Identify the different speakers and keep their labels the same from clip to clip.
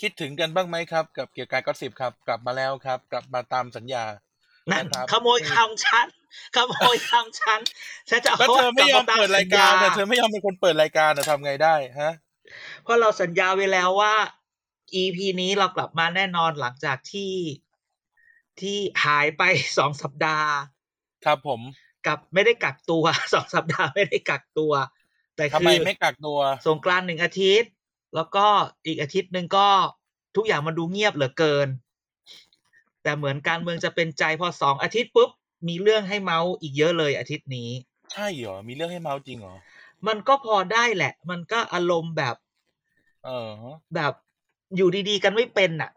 Speaker 1: คิดถึงกันบ้างไหมครับ กับเกี่ยวกับการก็สิบครับ กลับมาแล้วครับ กลับมาตามสัญญา
Speaker 2: นั่น
Speaker 1: นะครับ
Speaker 2: ขโมยคำฉัน ขโมยคำฉันฉันจะเอา
Speaker 1: แล้วเธอไม่ยอม
Speaker 2: กลับ
Speaker 1: เปิดรายการ
Speaker 2: ตมสัญญ
Speaker 1: แต่เธอไม่ยอมเป็นคนเปิดรายการแต่ทำไงได้ฮะ
Speaker 2: เพราะเราสัญญาไว้แล้วว่า EP นี้เรากลับมาแน่นอนหลังจากที่ที่หายไป สองสัปดาห์
Speaker 1: ครับผม
Speaker 2: กับไม่ได้กักตัว สองสัปดาห์ไม่ได้กักตัว แต่
Speaker 1: ทำ
Speaker 2: คื
Speaker 1: ไม
Speaker 2: อ
Speaker 1: ไม่กักตัว
Speaker 2: สงกรานต์หนึ่งอาทิตย์ แล้วก็อีกอาทิตย์หนึ่งก็ทุกอย่างมันดูเงียบเหลือเกิน แต่เหมือนการเมืองจะเป็นใจพอสองอาทิตย์ปุ๊บมีเรื่องให้เมาส์อีกเยอะเลยอาทิตย์นี้
Speaker 1: ใช่เหรอ มีเรื่องให้เมาส์จริงเหรอ
Speaker 2: มันก็พอได้แหละ มันก็อารมณ์แบบ
Speaker 1: เออ
Speaker 2: แบบอยู่ดีๆ กันไม่เป็นน่ะ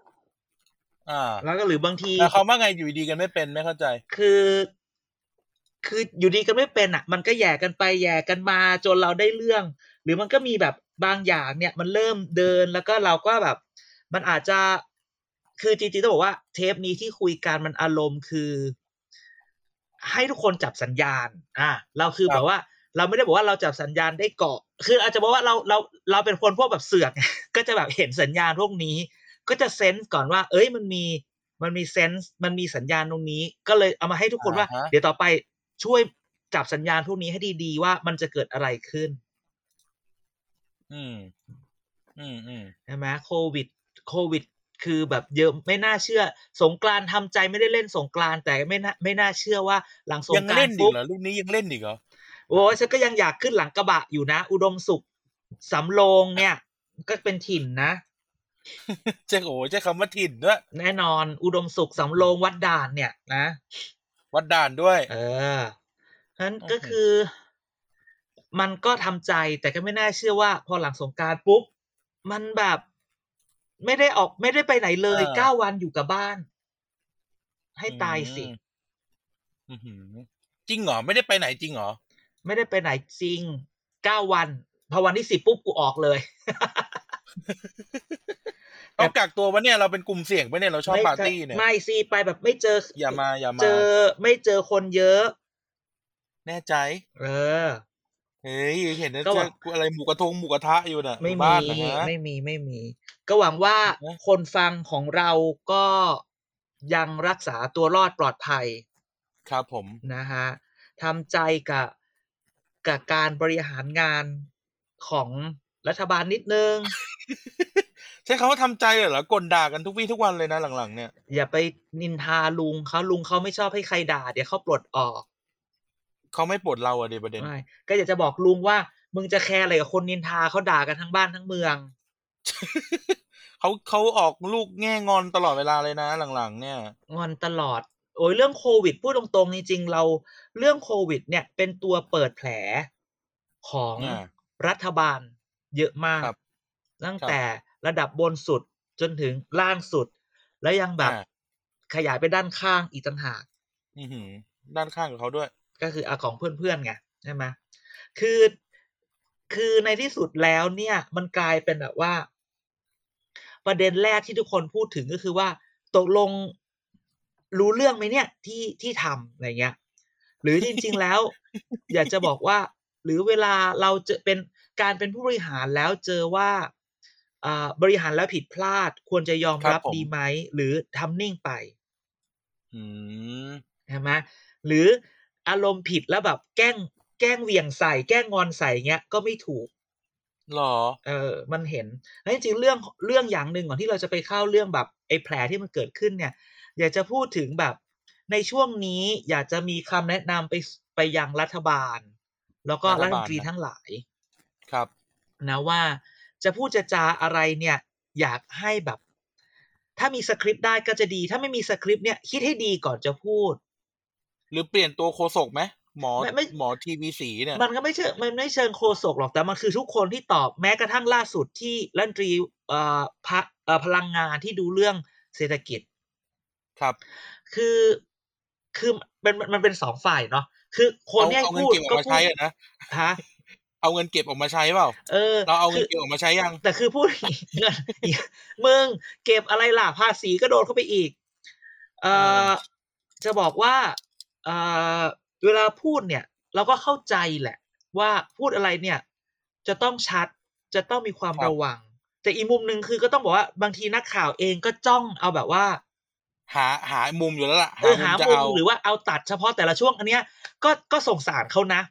Speaker 1: อ่า
Speaker 2: แล้วก็หรือบางที
Speaker 1: แต่เขาว่าไงอยู่ดีกันไม่เป็นไม่เข้าใจ
Speaker 2: คือ คืออยู่ดีกันไม่เป็นอ่ะ มันก็แย่กันไปแย่กันมาจนเราได้เรื่อง หรือมันก็มีแบบบางอย่างเนี่ย มันเริ่มเดินแล้วก็เราก็แบบ มันอาจจะคือจริงๆต้องบอกว่า เทปนี้ที่คุยกันมันอารมณ์คือ ให้ทุกคนจับสัญญาณ อ่ะเราคือ
Speaker 1: ครับ
Speaker 2: แบบว่า เราไม่ได้บอกว่าเราจับสัญญาณได้เกาะ คืออาจจะบอกว่าเราเราเราเป็นคนพวกแบบเสือก ก็จะแบบเห็นสัญญาณพวกนี้ ก็จะเซนส์ก่อนว่า เอ้ยมันมีมันมีเซนส์มันมีสัญญาณตรงนี้ ก็เลยเอามาให้ทุกคนว่า
Speaker 1: อ่าฮะ
Speaker 2: เดี๋ยวต่อไปช่วยจับสัญญาณพวกนี้ให้ดีๆว่ามันจะเกิดอะไรขึ้น
Speaker 1: อืม อืมอืม
Speaker 2: ใช่ไหมโควิด โควิด คือแบบเยอะไม่น่าเชื่อ สงกรานต์ทำใจไม่ได้เล่นสงกรานต์แต่ไม่น่าไม่น่าเชื่อว่าหลังสง
Speaker 1: ยัง
Speaker 2: กรา
Speaker 1: เล่
Speaker 2: น
Speaker 1: น
Speaker 2: ต์
Speaker 1: อี
Speaker 2: ปุ๊
Speaker 1: ก
Speaker 2: บ
Speaker 1: เหรอลูกนี้ยังเล่นอีกเหรอ
Speaker 2: โอ้ยฉันก็ยังอยากขึ้นหลังกระบะอยู่นะ อุดมสุขสำโรงเนี่ย ก็เป็นถิ่นนะ
Speaker 1: เจ๊โอ้เจ๊คำว่าถิ่นด้วย
Speaker 2: แน่นอนอุดมสุขสำโรงวัดด่านเนี่ยนะ
Speaker 1: วัดด่านด้วย
Speaker 2: เออเพราะฉะนั้น
Speaker 1: โอเค
Speaker 2: ก็คือ มันก็ทำใจแต่ก็ไม่น่าเชื่อว่า พอหลังสงกรารปุ๊บ มันแบบ ไม่ได้ออก ไม่ได้ไปไหนเลยเก้าวันอยู่กับบ้าน ให้ตายสิ
Speaker 1: อืมอื้อหือจริงเหรอไม่ได้ไปไหนจริงเหรอ
Speaker 2: ไม่ได้ไปไหนจริงเก้าวัน พอวันที่สิบปุ๊บกูออกเลย
Speaker 1: ต้องกักตัววะเนี่ยเราเป็นกลุ่มเสี่ยงปะเนี่ยเราชอบ
Speaker 2: ไม่
Speaker 1: ปาร์ตี้เนี่ย
Speaker 2: ไม่สิไปแบบไม่เจอ
Speaker 1: อย่ามาอย่ามา
Speaker 2: เจอไม่เจอคนเยอะ
Speaker 1: แน่ใจ
Speaker 2: เออ
Speaker 1: เฮ้ยเห็นนะ
Speaker 2: ก็
Speaker 1: เจ
Speaker 2: ว่า
Speaker 1: ออะไรหมูกระทงหมูกระทะอยู่น่ะ
Speaker 2: ไม่
Speaker 1: อยู่
Speaker 2: มี
Speaker 1: บ้านนะฮะ
Speaker 2: ไม่มีไม่มี ก็หวังว่า
Speaker 1: นะ
Speaker 2: คนฟังของเราก็ยังรักษาตัวรอดปลอดภัย
Speaker 1: ครับผม
Speaker 2: นะฮะทำใจกับกับการบริหารงานของรัฐบาลนิดนึง
Speaker 1: ใช้คำว่าทำใจเหรอกลด่ากันทุกวี่ทุกวันเลยนะหลังๆเนี่ย
Speaker 2: อย่าไปนินทาลุงเขาลุงเขาไม่ชอบให้ใครด่า เดี๋ยวเขาปลดออก
Speaker 1: เขาไม่ปลดเราอะเดประเด็น
Speaker 2: ไม่ก็อยากจะบอกลุงว่า มึงจะแคร์อะไรกับคนนินทาเขาด่ากันทั้งบ้านทั้งเมือง
Speaker 1: เขาเขาออกลูกแง่งอนตลอดเวลาเลยนะ หลังๆ เนี่ย
Speaker 2: งอนตลอด โอ้ยเรื่องโควิดพูดตรงๆจริงๆเราเรื่องโควิด เนี่ย เป็นตัวเปิดแผลของ
Speaker 1: อ่า
Speaker 2: รัฐบาลเยอะมาก
Speaker 1: ครับ
Speaker 2: ตั้ง
Speaker 1: ครับ
Speaker 2: แต่ระดับบนสุดจนถึงล่างสุด แล้วยังแบบ
Speaker 1: อ่า
Speaker 2: ขยายไปด้านข้างอีกต่างหาก
Speaker 1: อือหือ ด้านข้างของเขาด้วย
Speaker 2: ก็คืออะของเพื่อนๆไงใช่ไหมคือ คือในที่สุดแล้วเนี่ย มันกลายเป็นแบบว่า ประเด็นแรกที่ทุกคนพูดถึงก็คือว่า ตกลงรู้เรื่องไหมเนี่ย ที่ที่ทำอะไรเงี้ย หรือจริงๆแล้ว อยากจะบอกว่า หรือเวลาเราเจะเป็นการเป็นผู้บริหารแล้วเจอว่าอ่าบริหารแล้วผิดพลาด ควรจะยอม
Speaker 1: ครับ
Speaker 2: รับ
Speaker 1: ผม
Speaker 2: ดีไหมหรือทำนิ่งไป
Speaker 1: อืม
Speaker 2: ใช่ไหมหรืออารมณ์ผิดแล้วแบบแกล้งแกล้งเหวี่ยงใส่แกล้งงอนใส่เงี้ยก็ไม่ถูก
Speaker 1: หรอ
Speaker 2: เออมันเห็นแล้วจริงๆเรื่องเรื่องอย่างหนึ่งก่อนที่เราจะไปเข้าเรื่องแบบไอ้แผลที่มันเกิดขึ้นเนี่ย อยากจะพูดถึงแบบในช่วงนี้อยากจะมีคำแนะนำไปไปยังรัฐบาล แล้วก็
Speaker 1: รั
Speaker 2: รั
Speaker 1: ฐ
Speaker 2: ฐ
Speaker 1: บาล
Speaker 2: มนตรี
Speaker 1: นะ
Speaker 2: ทั้งหลาย
Speaker 1: ครับ
Speaker 2: นะว่าจะพูดจะจาอะไรเนี่ย อยากให้แบบ ถ้ามีสคริปต์ได้ก็จะดี ถ้าไม่มีสคริปต์เนี่ยคิดให้ดีก่อนจะพูด
Speaker 1: หรือเปลี่ยนตัวโคศกไหมหมอ
Speaker 2: ไม่ไม่
Speaker 1: หมอทีวีสีเนี่ย
Speaker 2: มันก็ไม่เชิงมันไม่เชิงโคศกหรอกแต่มันคือทุกคนที่ตอบแม้กระทั่งล่าสุดที่รัฐมนตรีเอ่อพะเอ่อพลังงานที่ดูเรื่องเศรษฐกิจ
Speaker 1: ครับ
Speaker 2: คือคือเป็นมันเป็นสองฝ่ายเนาะคือคนที่ให้
Speaker 1: เอาเอาเงิน
Speaker 2: พูด
Speaker 1: เก็บออก
Speaker 2: ก็
Speaker 1: มา
Speaker 2: พู
Speaker 1: ใช้
Speaker 2: ด
Speaker 1: อะนะ
Speaker 2: ฮะ
Speaker 1: เอาเงินเก็บออกมาใช้เปล่า
Speaker 2: เออ
Speaker 1: เราเอาเงิ
Speaker 2: คื
Speaker 1: นเก็บออกมาใช้ยัง
Speaker 2: แต่คือพูด เงิน มึงเก็บอะไรล่ะภาษีก็โดนเข้าไปอีก เออ
Speaker 1: อ่า
Speaker 2: จะบอกว่าเออเวลาพูดเนี่ย เราก็เข้าใจแหละ ว่าพูดอะไรเนี่ย จะต้องชัดจะต้องมีความระวัง แต่อีกมุมหนึ่งคือก็ต้องบอกว่าบางทีนักข่าวเองก็จ้องเอาแบบว่า
Speaker 1: หาหามุมอยู่แล้วล่ะ
Speaker 2: เออหา
Speaker 1: จะ
Speaker 2: มุม
Speaker 1: เอา
Speaker 2: หรือว่าเอาตัดเฉพาะแต่ละช่วงอันเนี้ยก็ก็สงสารเขานะ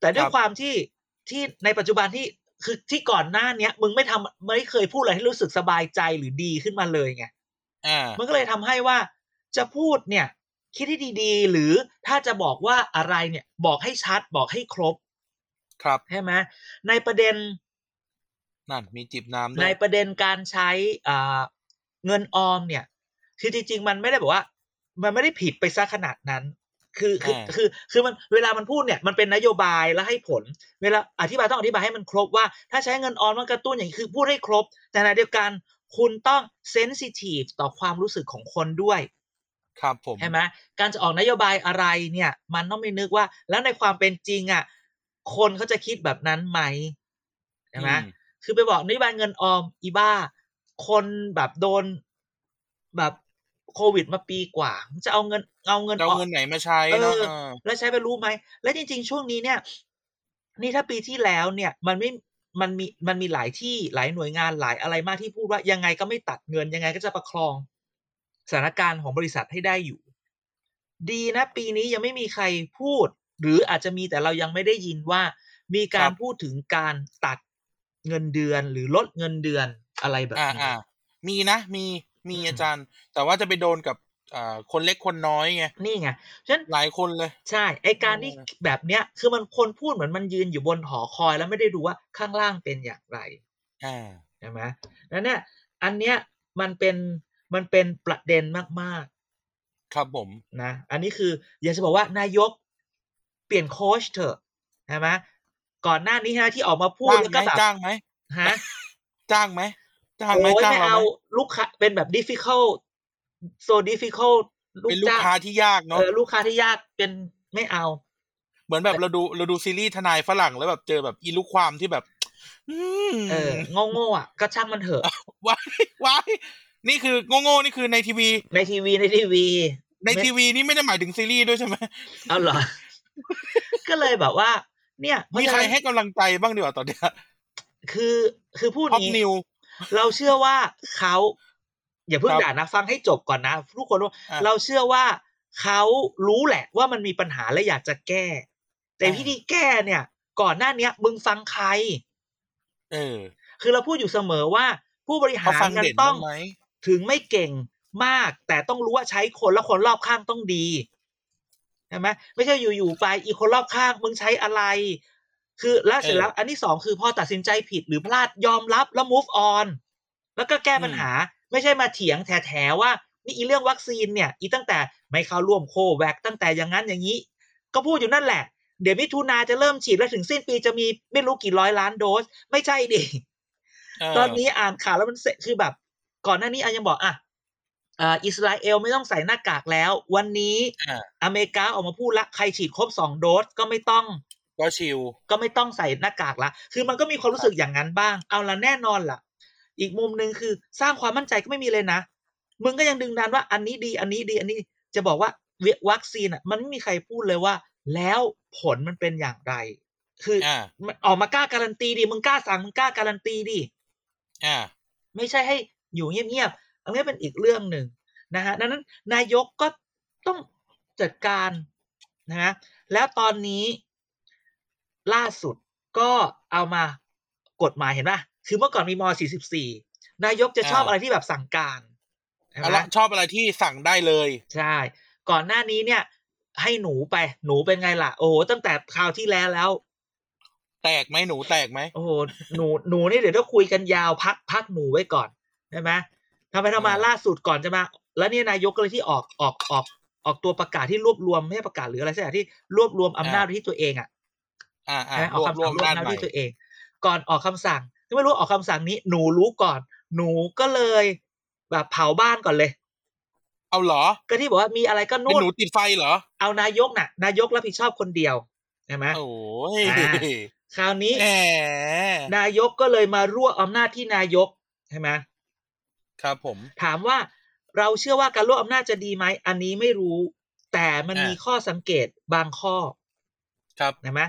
Speaker 2: แต่ด้วย
Speaker 1: ครับ
Speaker 2: ความที่ที่ในปัจจุบันที่คือที่ก่อนหน้าเนี้ย มึงไม่ทำไม่เคยพูดอะไรให้รู้สึกสบายใจหรือดีขึ้นมาเลยไง
Speaker 1: อ่า
Speaker 2: มันก็เลยทำให้ว่าจะพูดเนี่ย คิดให้ดีๆ หรือถ้าจะบอกว่าอะไรเนี่ย บอกให้ชัดบอกให้ครบ
Speaker 1: ครับ
Speaker 2: ใช่ไหมในประเด็น
Speaker 1: นั่นมีจิบน้ำด้
Speaker 2: ใน
Speaker 1: วย
Speaker 2: ประเด็นการใช้อ่าเงินออมเนี่ย คือจริงๆมันไม่ได้บอกว่า มันไม่ได้ผิดไปซะขนาดนั้น คือคืออา คือคือมันเวลามันพูดเนี่ยมันเป็นนโยบายแล้วให้ผล เวลาอธิบายต้องอธิบายให้มันครบว่า ถ้าใช้เงินออมมันกระตุ้นอย่างนี้คือพูดให้ครบ แต่ในเดียวกันคุณต้องเซนซิทีฟต่อความรู้สึกของคนด้วย
Speaker 1: ครับผม
Speaker 2: ใช่ไหมการจะออกนโยบายอะไรเนี่ย มันต้องไม่นึกว่า แล้วในความเป็นจริงอ่ะคนเขาจะคิดแบบนั้นไหมใช่ไหม
Speaker 1: อืม
Speaker 2: คือไปบอกนโยบายเงินออมอีบ้า คนแบบโดนแบบโควิดมาปีกว่ามันจะเอาเงินเอาเงิน
Speaker 1: จะ
Speaker 2: อ
Speaker 1: เอา
Speaker 2: อม
Speaker 1: เงินไหนมาใช้เนอะ
Speaker 2: เออ
Speaker 1: เออ
Speaker 2: แล้วใช้ไปรู้ไหม และจริง ๆ ช่วงนี้เนี่ย นี่ถ้าปีที่แล้วเนี่ย มันไม่มันมีมันมีหลายที่หลายหน่วยงานหลายอะไรมากที่พูดว่ายังไงก็ไม่ตัดเงินยังไงก็จะประคองสถานการณ์ของบริษัทให้ได้อยู่ ดีนะ ปีนี้ยังไม่มีใครพูด หรืออาจจะมีแต่เรายังไม่ได้ยินว่า มีการพูดถึงการตัดเงินเดือนหรือลดเงินเดือนอะไรแบบ
Speaker 1: อ่า
Speaker 2: นี้
Speaker 1: อ่ามีนะ มีมี
Speaker 2: อืม
Speaker 1: อาจารย์ แต่ว่าจะไปโดนกับอ่าคนเล็กคนน้อยไง
Speaker 2: นี่ไงฉะนั้น
Speaker 1: หลายคนเลย
Speaker 2: ใช่ ไอการที่
Speaker 1: เออ
Speaker 2: แบบเนี้ย คือมันคนพูดเหมือนมันยืนอยู่บนหอคอยแล้วไม่ได้ดูว่าข้างล่างเป็นอย่างไร
Speaker 1: อ่า
Speaker 2: ใช่ไหมแล้วเนี่ย อันเนี้ยมันเป็นมันเป็นประเด็นมาก
Speaker 1: ครับผม
Speaker 2: ๆนะ อันนี้คืออยากจะบอกว่านายกเปลี่ยนโค้ชเถอะใช่ไหมก่อนหน้านี้นะที่ออกมาพูด
Speaker 1: จ้าง
Speaker 2: แล้ว
Speaker 1: ไหม
Speaker 2: ก็แบบ
Speaker 1: จ้างไหม
Speaker 2: ฮะ
Speaker 1: จ้างไหมจ้างไหม
Speaker 2: โอ้ย
Speaker 1: จ้าง
Speaker 2: ไม่
Speaker 1: เราไห
Speaker 2: เอา
Speaker 1: ม
Speaker 2: ลูกค้าเป็นแบบ difficult so difficult ลู
Speaker 1: เป็
Speaker 2: ก
Speaker 1: นลูก
Speaker 2: จ้าง
Speaker 1: ค้าที่ยาก
Speaker 2: เอ
Speaker 1: เนาะ
Speaker 2: อลูกค้าที่ยากเป็นไม่เอา
Speaker 1: เหมือนแบบเราดูเราดูซีรีส์ทนายฝรั่งแล้วแบบเจอแบบอีลูกความที่แบบ อืม
Speaker 2: เออโง่โง่ๆอ่ะก็ช่างมันเถอะ
Speaker 1: ว้ายว้ายนี่คือโง่โง่ๆนี่คือในทีวี
Speaker 2: ในทีวีในทีวี
Speaker 1: ในทีวีนี่ไม่ได้หมายถึงซีรีส์ด้วยใช่ไหม
Speaker 2: เอา เหรอ ก็เลยแบบว่า เนี่ยเพราะ
Speaker 1: มี
Speaker 2: ฉะ
Speaker 1: ใคร
Speaker 2: นั้น
Speaker 1: ให้กำลังใจบ้างดีกว่าตอนเนี้ย
Speaker 2: คือคือพูด
Speaker 1: ท็อป
Speaker 2: นี้
Speaker 1: นิว
Speaker 2: เราเชื่อว่าเขาอย่าเพิ่ง
Speaker 1: ครับ
Speaker 2: ด่านะ ฟังให้จบก่อนนะทุกคนว่า
Speaker 1: อ่ะ
Speaker 2: เราเชื่อว่าเขารู้แหละว่ามันมีปัญหาและอยากจะแก้ แต่
Speaker 1: อ่า
Speaker 2: วิธีแก้เนี่ย ก่อนหน้าเนี้ยมึงฟังใคร
Speaker 1: เออ
Speaker 2: คือเราพูดอยู่เสมอว่า ผู้บริ
Speaker 1: เขา
Speaker 2: หาร
Speaker 1: ฟัง
Speaker 2: กัน
Speaker 1: เด่น
Speaker 2: ต้
Speaker 1: บ้า
Speaker 2: อง
Speaker 1: งไหม
Speaker 2: ถึงไม่เก่งมาก แต่ต้องรู้ว่าใช้คนและคนรอบข้างต้องดีใช่ไหมไม่ใช่อยู่ๆไปอีคนรอบข้างมึงใช้อะไร คือแล้วเสร็จ
Speaker 1: เออ
Speaker 2: แล้ว อันที่สองคือพอตัดสินใจผิดหรือพลาดยอมรับแล้ว move on แล้วก็แก้ปัญหา ไม่ใช่มาเถียงแถๆว่า นี่อีเรื่องวัคซีนเนี่ย อีตั้งแต่ไม่เข้าร่วมโคแวคตั้งแต่อย่างนั้นอย่างนี้ ก็พูดอยู่นั่นแหละ เดี๋ยวมิถุนาจะเริ่มฉีดแล้วถึงสิ้นปีจะมีไม่รู้กี่ร้อยล้านโดส ไม่ใช่ดิ
Speaker 1: า
Speaker 2: ตอนนี้อ่านข่าวแล้วมันเสคือแบบ ก่อนหน้านี้อายังบอกอ่ะอ่าอิสราเอลไม่ต้องใส่หน้ากากแล้ว วันนี้
Speaker 1: อ่า
Speaker 2: อเมริกาออกมาพูดละใครฉีดครบสองโดสก็ไม่ต้อง
Speaker 1: ก็ชิว
Speaker 2: ก็ไม่ต้องใส่หน้ากากละ คือมันก็มีความรู้สึกอย่างนั้นบ้าง เอาละแน่นอนล่ะ อีกมุมหนึ่งคือสร้างความมั่นใจก็ไม่มีเลยนะ มึงก็ยังดึงดันว่าอันนี้ดี อันนี้ดี อันนี้ดีจะบอกว่าเววัคซีนอ่ะ มันไม่มีใครพูดเลยว่า แล้วผลมันเป็นอย่างไร คืออ
Speaker 1: อ่า
Speaker 2: มันออกมากล้าการันตีดิ มึงกล้าสั่ง มึงกล้าการันตีดิ
Speaker 1: อ่า
Speaker 2: ไม่ใช่ให้อยู่เงียบๆ อันนี้เป็นอีกเรื่องหนึ่งนะฮะดังนั้นนายกก็ต้องจัดการนะฮะแล้วตอนนี้ล่าสุดก็เอามากฎหมายเห็นป่ะ คือเมื่อก่อนมีม 44 นายกจะชอบ
Speaker 1: อ่า
Speaker 2: อะไรที่แบบสั่งการใช่
Speaker 1: เอา
Speaker 2: ไหม
Speaker 1: ละชอบอะไรที่สั่งได้เลย
Speaker 2: ใช่ ก่อนหน้านี้เนี่ย ให้หนูไป หนูเป็นไงล่ะ โอ้โห ตั้งแต่คราวที่แล้วแล้ว
Speaker 1: แตกไหมหนูแตกไหม
Speaker 2: โอ้โห หนู หนูนี่เดี๋ยวต้องคุยกันยาวพักพักหนูไว้ก่อนใช่ไหมทำไปทำมา
Speaker 1: อ่า
Speaker 2: ล่าสุดก่อนจะมา แล้วเนี่ยนายกก็เลยที่ออกออกออกออกตัวประกาศที่รวบรวมไม่ใช่ประกาศหรืออะไรสักอย่างที่รวบรวมอำนาจไว้ที่ตัวเองอ่ะ
Speaker 1: อ่าอ่า
Speaker 2: ใช่ไหมอ
Speaker 1: ร
Speaker 2: อก
Speaker 1: วมรวม
Speaker 2: คำสั่งรวบ
Speaker 1: ด้าน
Speaker 2: อำนาจ
Speaker 1: ใหม่
Speaker 2: ไว้ที่ตัวเอง ก่อนออกคำสั่งไม่รู้ออกคำสั่งนี้หนูรู้ก่อน หนูก็เลยแบบเผาบ้านก่อนเลย
Speaker 1: เอาเหรอ
Speaker 2: ก็ที่บอกว่ามีอะไรก็
Speaker 1: เป็น
Speaker 2: นู่น
Speaker 1: หนูติดไฟเหรอ
Speaker 2: เอานายกน่ะ นายกรับผิดชอบคนเดียวใช่ไหม
Speaker 1: โอ้ย
Speaker 2: อ่า คราวนี้
Speaker 1: แหม
Speaker 2: นายกก็เลยมารั่วอำนาจที่นายกใช่ไหม
Speaker 1: ครับผม
Speaker 2: ถามว่าเราเชื่อว่าการรั่วอำนาจจะดีไหมอันนี้ไม่รู้ แต่มันมี
Speaker 1: อ่า
Speaker 2: ข้อสังเกตบางข้อ
Speaker 1: ครับ
Speaker 2: นะมะ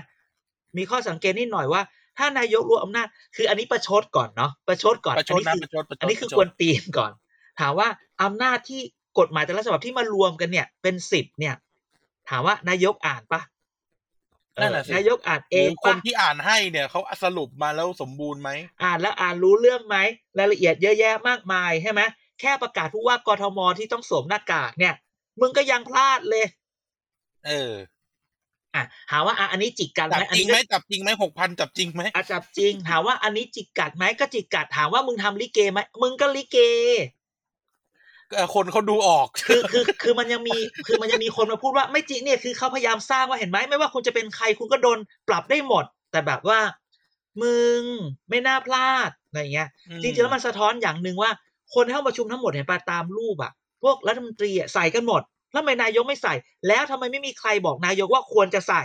Speaker 2: มีข้อสังเกตนิดหน่อยว่า ถ้านายกรั่วอำนาจ คืออันนี้ประชดก่อนเนาะประชดก่อน
Speaker 1: ประชด
Speaker 2: อั
Speaker 1: นะ
Speaker 2: นนี้
Speaker 1: ป
Speaker 2: คือ
Speaker 1: ระชดประชด
Speaker 2: อันนี้คือ
Speaker 1: ประช
Speaker 2: ก
Speaker 1: ด
Speaker 2: วนตีนก่อน ถามว่าอำนาจที่กฎหมายแต่ละฉบับที่มารวมกันเนี่ย เป็นสิบเนี่ย ถามว่านายกอ่านปะ
Speaker 1: นั่นแหละสิ
Speaker 2: เออนายกอ่านเอ
Speaker 1: ห
Speaker 2: ง
Speaker 1: รือคน
Speaker 2: ปะ
Speaker 1: ที่อ่านให้เนี่ยเขาสรุปมาแล้วสมบูรณ์ไหม
Speaker 2: อ่านแล้วอ่านรู้เรื่องไหมรายละเอียดเยอะแยะมากมายใช่ไหมแค่ประกาศผู้ว่ากทมที่ต้องสวมหน้ากากเนี่ย มึงก็ยังพลาดเลย
Speaker 1: เออ
Speaker 2: อ่ะหาว่าอ่ะอันนี้จิกกัด
Speaker 1: จั
Speaker 2: ไห
Speaker 1: บ
Speaker 2: มอัน
Speaker 1: จริง
Speaker 2: นี้
Speaker 1: ไหม
Speaker 2: ก็
Speaker 1: จับจริงไหมหกพันจับจริงไหม
Speaker 2: อาจับจริง ถามว่าอันนี้จิกกัดไหมก็จิกกัดถามว่ามึงทำลิเกไหมมึงก็ลิเก
Speaker 1: เออคนเขาดูออก
Speaker 2: คือคือคือมันยังมีคือมันยังมีคนมาพูดว่าไม่จริงเนี่ยคือเขาพยายามสร้างว่าเห็นไหมไม่ว่าคุณจะเป็นใครคุณก็โดนปรับได้หมด แต่แบบว่า มึงไม่น่าพลาดอะไรอย่างเงี้ย จริงๆแล้วมันสะท้อนอย่างหนึ่งว่า คนที่เข้าประชุมทั้งหมดเห็นปะตามรูปอะพวกรัฐมนตรีอะใส่กันหมดแล้วทำไมนายกไม่ใส่ แล้วทำไมไม่มีใครบอกนายกว่าควรจะใส่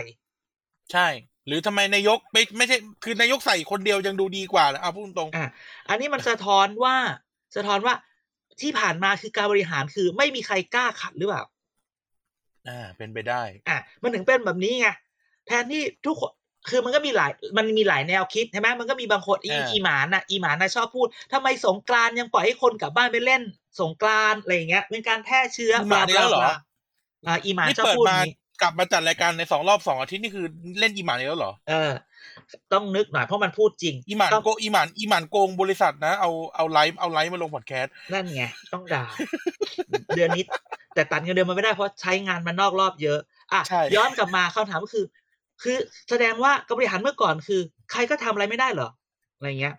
Speaker 1: ใช่ หรือทำไมนายกไม่ไม่ใช่ คือนายกใส่คนเดียวยังดูดีกว่านะเอาพูดตรงๆ
Speaker 2: อ่ะ อันนี้มันสะท้อนว่าสะท้อนว่าที่ผ่านมาคือการบริหารคือไม่มีใครกล้าขัดหรือเปล่า
Speaker 1: อ่า เป็นไปได้
Speaker 2: อ่ะมันถึงเป็นแบบนี้ไงแทนที่ทุกคนคือมันก็มีหลายมันมีหลายแนวคิดใช่ไหมมันก็มีบางคนอี
Speaker 1: อ่า
Speaker 2: อีหมาน่ะอีหมาน่ะชอบพูดทำไมสงกรานต์ยังปล่อยให้คนกลับบ้านไปเล่น สงกรานต์อะไรอย่างเงี้ยเป็นการแพร่เชื้อ
Speaker 1: อีหมาเนี่ยเหรอ
Speaker 2: อ่าอีหมา
Speaker 1: นี่
Speaker 2: ชอบ
Speaker 1: เปิด
Speaker 2: พูดอ
Speaker 1: มา
Speaker 2: ย่างนี้
Speaker 1: กลับมาจัดรายการในสองรอบสองอาทิตย์นี่คือเล่นอีหมานอีกแล้วเหรอ
Speaker 2: เออ ต้องนึกหน่อยเพราะมันพูดจริง
Speaker 1: อีหมาน
Speaker 2: ต้อง
Speaker 1: โกอีหมานอีหมานโกงบริษัทนะ เอาเอาไลฟ์เอาไลฟ์มาลงพอดแคสต์
Speaker 2: นั่นไงต้องด่า เดือนนี้ แต่ตัดเงินเดือนมันไม่ได้เพราะใช้งานมันนอกรอบเยอะ อ่ะ
Speaker 1: ใช่
Speaker 2: ย้อนกลับมาคำถามก็คือ คือแสดงว่าการบริหารเมื่อก่อนคือ ใครก็ทำอะไรไม่ได้เหรออะไรเงี้ย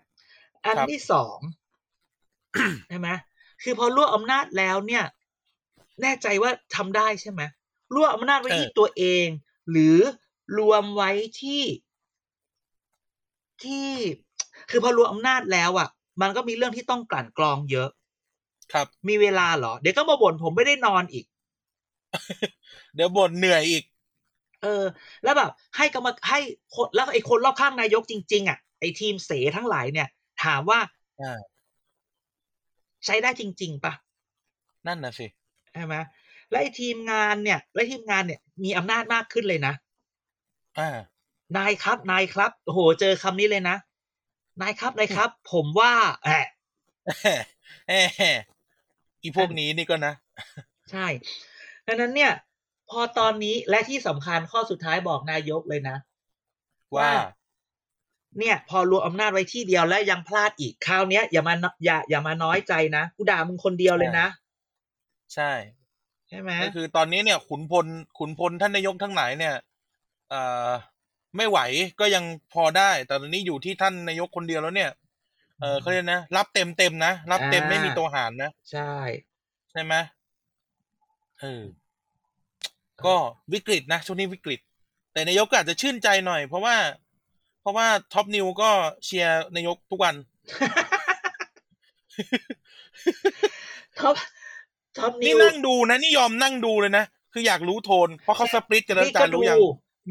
Speaker 2: อันที่สอง ใช่ไหมคือพอรั่วบอำนาจแล้วเนี่ย แน่ใจว่าทำได้ใช่ไหมรั่วบอำนาจไว้ที่ตัวเอง หรือรวมไว้ที่ที่ คือพอรวมอำนาจแล้วอ่ะ มันก็มีเรื่องที่ต้องกลั่นกรองเยอะ
Speaker 1: ครับ
Speaker 2: มีเวลาเหรอ เดี๋ยวก็มาบ่นผมไม่ได้นอนอีก
Speaker 1: เดี๋ยวบ่นเหนื่อยอีก
Speaker 2: เออ แล้วแบบให้กรรมให้คนแล้วไอ้คนรอบข้างนายกจริง ๆ อ่ะไอ้ทีมเสทั้งหลายเนี่ย ถามว่า
Speaker 1: อ่า
Speaker 2: ใช้ได้จริง ๆปะ
Speaker 1: นั่นน่ะสิ
Speaker 2: ใช่ไหมและไอ้ทีมงานเนี่ย และไอ้ทีมงานเนี่ย มีอำนาจมากขึ้นเลยนะ
Speaker 1: อ่า
Speaker 2: นายครับ นายครับโอ้โหเจอคำนี้เลยนะ นายครับนายครับ ผมว่าแอะ
Speaker 1: แอะอีพวกนี้นี่ก็นะ
Speaker 2: ใช่ดังนั้นเนี่ย พอตอนนี้และที่สำคัญข้อสุดท้ายบอกนายกเลยนะ
Speaker 1: ว่า
Speaker 2: เนี่ย พอรวมอำนาจไว้ที่เดียวแล้วยังพลาดอีกคราวเนี้ยอย่ามาอย่าอย่ามาน้อยใจนะกูด่ามึงคนเดียวเลยนะ
Speaker 1: ใช่
Speaker 2: ใช่ไหม
Speaker 1: ก็คือตอนนี้เนี่ย ขุนพลขุนพลท่านนายกทั้งหลายเนี่ยเอ่อไม่ไหวก็ยังพอได้ แต่ตอนนี้อยู่ที่ท่านนายกคนเดียวแล้วเนี่ย เออเขาเรียกนะ รับเต็มเต็มๆนะ รับเต็มไม่มีตัวหารนะ
Speaker 2: ใช่
Speaker 1: ใช่ไหมเออ ก็วิกฤตนะ ช่วงนี้วิกฤต แต่นายกก็อาจจะชื่นใจหน่อย เพราะว่า เพราะว่าท็อปนิวก็เชียร์นายกทุกวัน
Speaker 2: ท็อปท็อปนิ
Speaker 1: นี่
Speaker 2: ว
Speaker 1: นั่งดูนะ นี่ยอมนั่งดูเลยนะ คืออยากรู้โทน เพราะเขาสปริตกันแล้ว
Speaker 2: นี่
Speaker 1: จา
Speaker 2: ก็
Speaker 1: น
Speaker 2: ดู
Speaker 1: รู้ยัง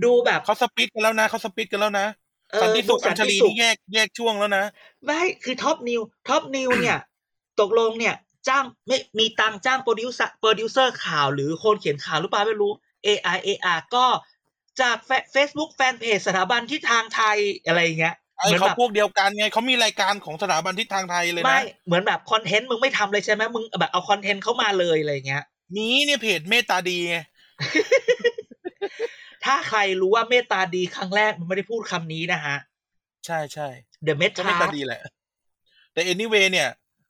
Speaker 2: ดูแบบ
Speaker 1: เขาสปริตกันแล้วนะเขาสปริตกันแล้วนะ
Speaker 2: เออ
Speaker 1: สันติสุข
Speaker 2: ดู
Speaker 1: อัญชลี
Speaker 2: สุข
Speaker 1: นี่แยกแยกช่วงแล้วนะ
Speaker 2: ไม่คือท็อปนิวท็อปนิวเนี่ย ตกลงเนี่ย จ้างไม่มีตังค์จ้างโปรดิวเซอร์โปรดิวเซอร์ข่าวหรือคนเขียนข่าวหรือเปล่าไม่รู้ AI AR ก็จากเฟซบุ๊กแฟนเพจสถาบันที่ทางไทยอะไรอย่างเงี้ย
Speaker 1: ไอ้
Speaker 2: เหมือน
Speaker 1: เขา
Speaker 2: แบบ
Speaker 1: พวกเดียวกันไงเขามีรายการของสถาบันทิศทางไทยเลย
Speaker 2: ไม่
Speaker 1: นะ
Speaker 2: เหมือนแบบคอนเทนต์มึงไม่ทำเลยใช่ไหมมึงแบบเอาคอนเทนต์เข้ามาเลยอะไรอย่างเงี้ย
Speaker 1: นี้เนี่ยเพจเมตตาดีไง
Speaker 2: ถ้าใครรู้ว่าเมตตาดีครั้งแรกมันไม่ได้พูดคำนี้นะฮะ
Speaker 1: ใช่ใช่
Speaker 2: The m e t
Speaker 1: ก็
Speaker 2: a
Speaker 1: ไม่ตาดีแหละ แต่ anyway เนี่ย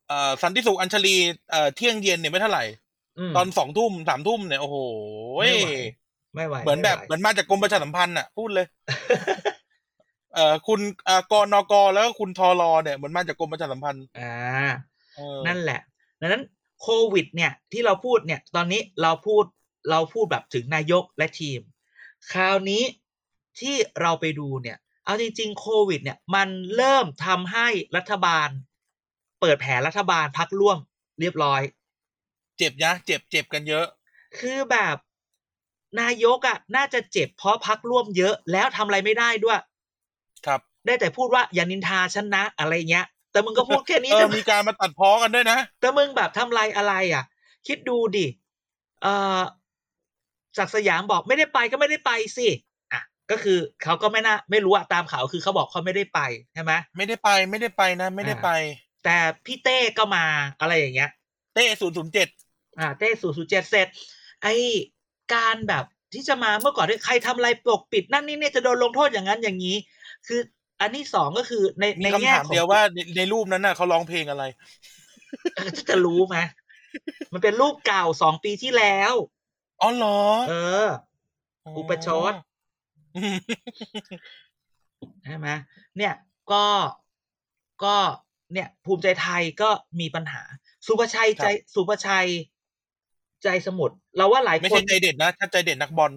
Speaker 1: เอ่อสันติสุขอัญชลีเอ่อเที่ยงเย็นเนี่ยไม่เท่าไหร่ ตอนสองทุ่มสามทุ่มเนี่ยโอ้โห
Speaker 2: ไม่ไหว ไม่ไหว
Speaker 1: เหมือนแบบ
Speaker 2: ไไหว
Speaker 1: เหมือนมาจากกรมประชาสัมพันธ์อ่ะพูดเลย เอ่อคุณเอ่อกนกแล้วก็คุณทอรอเนี่ยเหมือนมาจากกรมประชาสัมพันธ์
Speaker 2: อ่า
Speaker 1: เออ
Speaker 2: นั่นแหละ ดังนั้นโควิด เนี่ย ที่เราพูดเนี่ย ตอนนี้เราพูดเราพูดแบบถึงนายกและทีม คราวนี้ที่เราไปดูเนี่ย เอาจริง ๆ โควิด เนี่ย มันเริ่มทำให้รัฐบาล เปิดแผนรัฐบาลพักร่วมเรียบร้อย
Speaker 1: เจ็บนะเจ็บเจ็บกันเยอะ
Speaker 2: คือแบบนายกอ่ะ น่าจะเจ็บเพราะพักร่วมเยอะแล้วทำอะไรไม่ได้ด้วย
Speaker 1: ครับ
Speaker 2: ได้แต่พูดว่าอย่านินทาฉันนะ อะไรเงี้ย แต่มึงก็พูดแค่นี้
Speaker 1: เออ
Speaker 2: แต่มึ
Speaker 1: มี
Speaker 2: ง
Speaker 1: การมาตัดพ้อกันด้วยนะ
Speaker 2: แต่มึงแบบทำลายอะไรอ่ะ คิดดูดิเออจากดิ์สยามบอกไม่ได้ไปก็ไม่ได้ไปสิอ่ะก็คือเขาก็ไม่น่าไม่รู้อะตามข่าวคือเขาบอกเขาไม่ได้ไปใช่ไหม
Speaker 1: ไม่ได้ไปไม่ได้ไปนะ ไม่ได้ไป
Speaker 2: แต่พี่เต้ก็มาอะไรอย่างเงี้ย
Speaker 1: เต้ศูนย์ศูนย์เจ็ด
Speaker 2: อ่าเต้สูสูเจ็ดเสร็จ ไอการแบบที่จะมาเมื่อก่อนที่ใครทำอะไรปกปิดนั่นนี่เนี่ยจะโดนลงโทษอย่างนั้นอย่างนี้ คืออันที่สองก็คือในใน
Speaker 1: มี
Speaker 2: แง่
Speaker 1: คำถาม
Speaker 2: ของ
Speaker 1: เดียวว่าในในรูปนั้นน่ะเขาร้องเพลงอะไร
Speaker 2: เออ จะรู้ไหมมันเป็นรูปเก่าสองปีที่แล้ว
Speaker 1: อ๋อเหรอ
Speaker 2: เออ อุปชฌ
Speaker 1: อืม
Speaker 2: ใช่ไหมเนี่ยก็ก็เนี่ย ภูมิใจไทยก็มีปัญหา สุภาชัยใจสุภาชัย ใจสมุทรเราว่าหลาย
Speaker 1: ไม่
Speaker 2: คน
Speaker 1: ใช่ใจเด็ดนะถ้าใจเด็ดนักบอล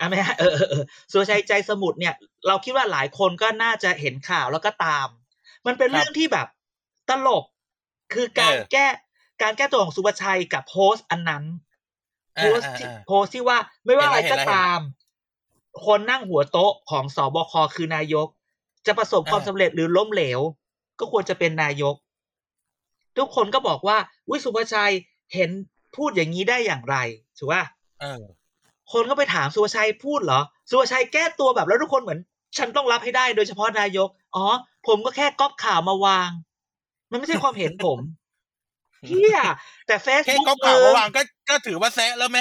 Speaker 2: อ่ะไม่ฮะเออเออเออสุรชัยใจสมุทรเนี่ย เราคิดว่าหลายคนก็น่าจะเห็นข่าวแล้วก็ตาม มันเป็น
Speaker 1: ครับ
Speaker 2: เรื่องที่แบบตลก คือการ
Speaker 1: เออ
Speaker 2: แก้การแก้ตัวของสุภาชัยกับโพสต์อันนั้น โพ
Speaker 1: อ่า
Speaker 2: สต์ที่
Speaker 1: อ่า
Speaker 2: โพสต์ที่ว่าไม่ว่า
Speaker 1: เห็น
Speaker 2: อะ
Speaker 1: แล้ว
Speaker 2: ไรก็
Speaker 1: เห็นแล้ว
Speaker 2: ตาม คนนั่งหัวโต๊ะของสบคคือนายก จะประสบความ
Speaker 1: อ่า
Speaker 2: สำเร็จหรือล้มเหลว ก็ควรจะเป็นนายก ทุกคนก็บอกว่าวิสุภาชัยเห็นพูดอย่างนี้ได้อย่างไรถูกป่ะ
Speaker 1: เออ
Speaker 2: คนก็ไปถามสุวชัยพูดเหรอ สุวชัยแก้ตัวแบบแล้วทุกคนเหมือน ฉันต้องรับให้ได้โดยเฉพาะนายก อ๋อ ผมก็แค่ก๊อปข่าวมาวาง มันไม่ใช่ความเห็นผม เฮียแต่เฟซ
Speaker 1: แค่
Speaker 2: บุ๊ก
Speaker 1: ก็
Speaker 2: มึ
Speaker 1: ข่าว
Speaker 2: ง
Speaker 1: มาวางก็ก็ถือว่าแซะแล้วไหม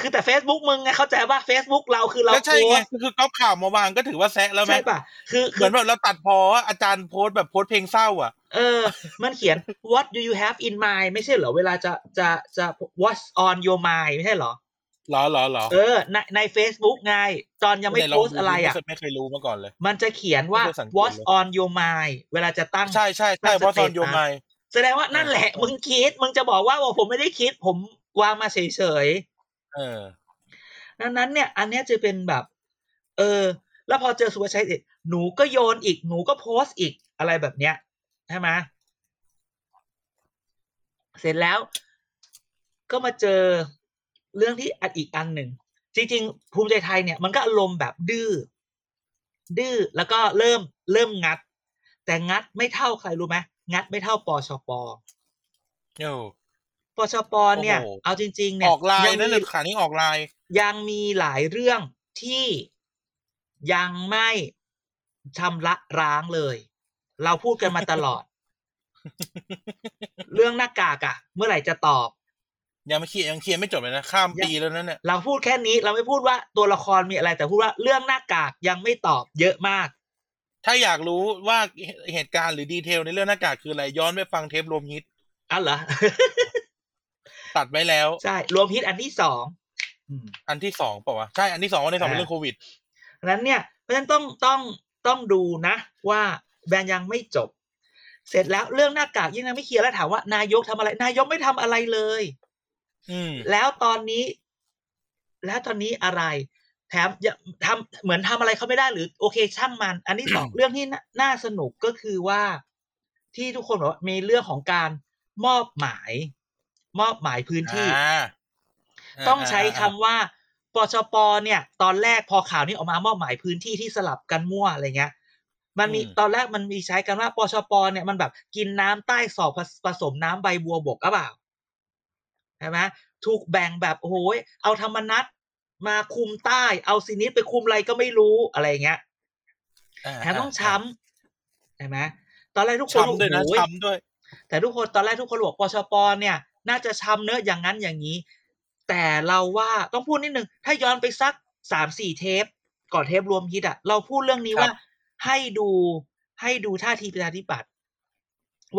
Speaker 2: คือแต่เฟซบุ๊กมึงไงเข้าใจว่าเฟซบุ๊กเราคือเรา
Speaker 1: ก็ใช่
Speaker 2: โพ
Speaker 1: ไง
Speaker 2: สต์
Speaker 1: คือก็ข่าวมาวางก็ถือว่าแซะแล้วไหม
Speaker 2: ใช่ปะคือ
Speaker 1: เห
Speaker 2: คื
Speaker 1: มือ
Speaker 2: อน
Speaker 1: แบบเราตัดพอว่าอาจารย์โพสต์แบบโพสต์เพลงเศร้าอ่ะ
Speaker 2: เออ มันเขียน what do you have in mind ไม่ใช่เหรอ เวลาจะจะจะ what's on your mind ไม่ใช่เหรอ
Speaker 1: เหรอเหรอเหรอ
Speaker 2: เออ ในใน Facebook ไงตอนยังไม่
Speaker 1: หนล
Speaker 2: โพสต์อะไรอ่ะ
Speaker 1: ดูไม่เคยรู้มาก่อนเลย
Speaker 2: มันจะเขียนว่า
Speaker 1: ไม่เคยสังเกตเลย
Speaker 2: what's on your mind เวลาจะตั้ง
Speaker 1: ใช่ใช่ใช่
Speaker 2: น่าจะ
Speaker 1: เพราะตอน
Speaker 2: เป็น
Speaker 1: โยม
Speaker 2: นะ
Speaker 1: ไง
Speaker 2: แสดงว่านั่นแหละ
Speaker 1: เออ
Speaker 2: มึงคิด มึงจะบอกว่าว่าผมไม่ได้คิด ผมวางมาเฉย
Speaker 1: เออ
Speaker 2: ๆดังนั้นเนี่ย อันเนี้ยจะเป็นแบบ เออ แล้วพอเจอสุภาชัยเสร็จหนูก็โยนอีกหนูก็โพสต์อีกอะไรแบบเนี้ยใช่ไหมเสร็จแล้ว ก็มาเจอเรื่องที่อันอีกอันหนึ่ง จริงๆ ภูมิใจไทยเนี่ย มันก็อารมณ์แบบดื้อดื้อแล้วก็เริ่มเริ่มงัด แต่งัดไม่เท่าใครรู้ไหมงัดไม่เท่าปชป
Speaker 1: โอ้
Speaker 2: ปชปเนี่ย
Speaker 1: โอ้โห
Speaker 2: เอาจริง ๆ เนี่
Speaker 1: อย อกไลน์
Speaker 2: ง
Speaker 1: นั่นเลย
Speaker 2: มี
Speaker 1: ขาวนี้ออกไลน์
Speaker 2: ยังมีหลายเรื่องที่ยังไม่ชำระร้างเลย เราพูดกันมาตลอ ด เรื่องหน้ากากอะเมื่อไหร่จะตอบ
Speaker 1: ยังไม่เคลียร์ยังเคลียร์ไม่จบเลยนะข้ามปีแล้วนั่นเนี่ย
Speaker 2: เราพูดแค่นี้ เราไม่พูดว่าตัวละครมีอะไร แต่พูดว่าเรื่องหน้ากากยังไม่ตอบ เยอะมาก
Speaker 1: ถ้าอยากรู้ว่าเหตุการณ์หรือดีเทลในเรื่องหน้ากากคืออะไรย้อนไปฟังเทปรวมฮิต
Speaker 2: อ้าวเหรอ
Speaker 1: ตัดไว้แล้ว
Speaker 2: ใช่ รวมฮิตอันที่สองอืม
Speaker 1: อันที่สองเปล่าวะใช่อันที่สองอันที่สองเป็นเรื่องโควิด
Speaker 2: ดังนั้นเนี่ยเพราะฉะนั้นต้องต้องต้องดูนะ ว่าแบรนด์ยังไม่จบ เสร็จแล้วเรื่องหน้ากากยิ่งยังไม่เคลียร์แล้วถามว่านายกทำอะไร นายกไม่ทำอะไรเลย
Speaker 1: อืม
Speaker 2: แล้วตอนนี้ แล้วตอนนี้อะไร แถมยังทำเหมือนทำอะไรเขาไม่ได้หรือโอเคช่างมัน อันที่สอง เรื่องที่น่าน่าสนุกก็คือว่าที่ทุกคนบอกว่ามีเรื่องของการมอบหมาย มอบหมายพื้นที่
Speaker 1: อ่า
Speaker 2: ต้องใช้คำ
Speaker 1: อ่า
Speaker 2: ว่าปชปเนี่ย ตอนแรกพอข่าวนี้ออกมามอบหมายพื้นที่ที่สลับกันมั่วอะไรเงี้ย มันมีตอนแรกมันมีใช้กันว่าปชปเนี่ยมันแบบกินน้ำใต้สอบผสผสมน้ำใบบัวบกหรือเปล่าใช่ไหมถูกแบ่งแบบโอ้โหยเอาธรรมนัตมาคุมใต้ เอาซินิดไปคุมอะไรก็ไม่รู้อะไรเงี้ย
Speaker 1: อ่า
Speaker 2: แถมต้องช้ำใช่ไหมตอนแรกทุกคน
Speaker 1: ช้ำด้วยนะ
Speaker 2: โอ้โห
Speaker 1: ช้ำด้วย
Speaker 2: แต่ทุกคนตอนแรกทุกคนบอกปชปเนี่ย น่าจะช้ำเนอะอย่างนั้นอย่างนี้ แต่เราว่าต้องพูดนิดนึง ถ้าย้อนไปสักสามสี่เทป ก่อนเทปรวมฮิตอะเราพูดเรื่องนี้
Speaker 1: ครับ
Speaker 2: ว่า ให้ดูให้ดูท่าทีประชาธิปัตย์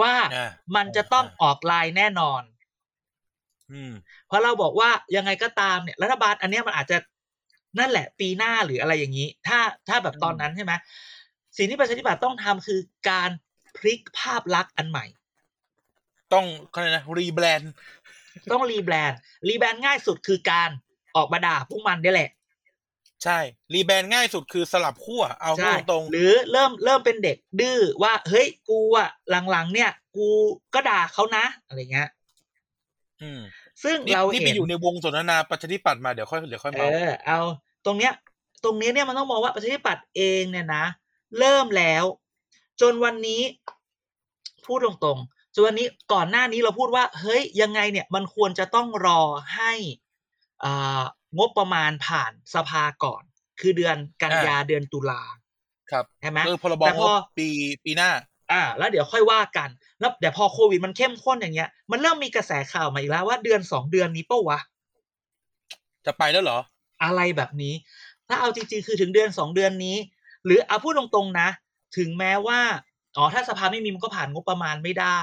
Speaker 2: ว่า
Speaker 1: อ่า
Speaker 2: มันจะต้อง
Speaker 1: อ่า
Speaker 2: ออกลายแน่นอน
Speaker 1: อืม
Speaker 2: เพราะเราบอกว่ายังไงก็ตามเนี่ยรัฐบาลอันเนี้ยมันอาจจะนั่นแหละ ปีหน้าหรืออะไรอย่างนี้ ถ้าถ้าแบบตอนนั้นใช่ไหมสิ่งที่ประชาธิปัตย์ต้องทำคือการพลิกภาพลักษณ์อันใหม่
Speaker 1: ต้องเขาเรียกนะรีแบรนด์
Speaker 2: ต้องรีแบรนด์ รีแบรนด์ง่ายสุดคือการออกมาด่าพวกมันนี่แหละ
Speaker 1: ใช่รีแบรนด์ง่ายสุดคือสลับขั้วเอาพู
Speaker 2: ใช่
Speaker 1: ดตรง
Speaker 2: หรือเริ่มเริ่มเป็นเด็กดื้อว่าเฮ้ยกูอะหลังๆ เนี่ย กูก็ด่าเขานะอะไรเงี้ย
Speaker 1: ๆอืม
Speaker 2: ซึ่ง
Speaker 1: นี่
Speaker 2: เรา
Speaker 1: นี่ไป
Speaker 2: เห็น
Speaker 1: อยู่ในวงสนทนาประชาธิปัตย์มาเดี๋ยวค่อยเดี๋ยวค่อย
Speaker 2: เอ
Speaker 1: เมา
Speaker 2: อเอาตรงเนี้ย ตรงเนี้ยเนี่ยมันต้องมองว่าประชาธิปัตย์เองเนี่ยนะ เริ่มแล้ว จนวันนี้ พูดตรงๆจนวันนี้ก่อนหน้านี้เราพูดว่า เฮ้ยยังไงเนี่ย มันควรจะต้องรอให้อ่างบประมาณผ่านสภาก่อน คือเดือนกันยาเดือนตุลา
Speaker 1: ครับ
Speaker 2: ใช่ไหม
Speaker 1: คือพรบ
Speaker 2: แต่
Speaker 1: ง
Speaker 2: พอ
Speaker 1: บปีปีหน้า
Speaker 2: อ่า แล้วเดี๋ยวค่อยว่ากัน แล้วเดี๋ยวพอโควิดมันเข้มข้นอย่างเงี้ย มันเริ่มมีกระแสข่าวมาอีกแล้วว่าเดือนสองเดือนนี้เป้าวะ
Speaker 1: จะไปแล้วเหรอ
Speaker 2: อะไรแบบนี้ ถ้าเอาจริงๆ คือถึงเดือนสองเดือนนี้ หรือเอาพูดตรงๆนะ ถึงแม้ว่า อ๋อ ถ้าสภาไม่มีมันก็ผ่านงบประมาณไม่ได้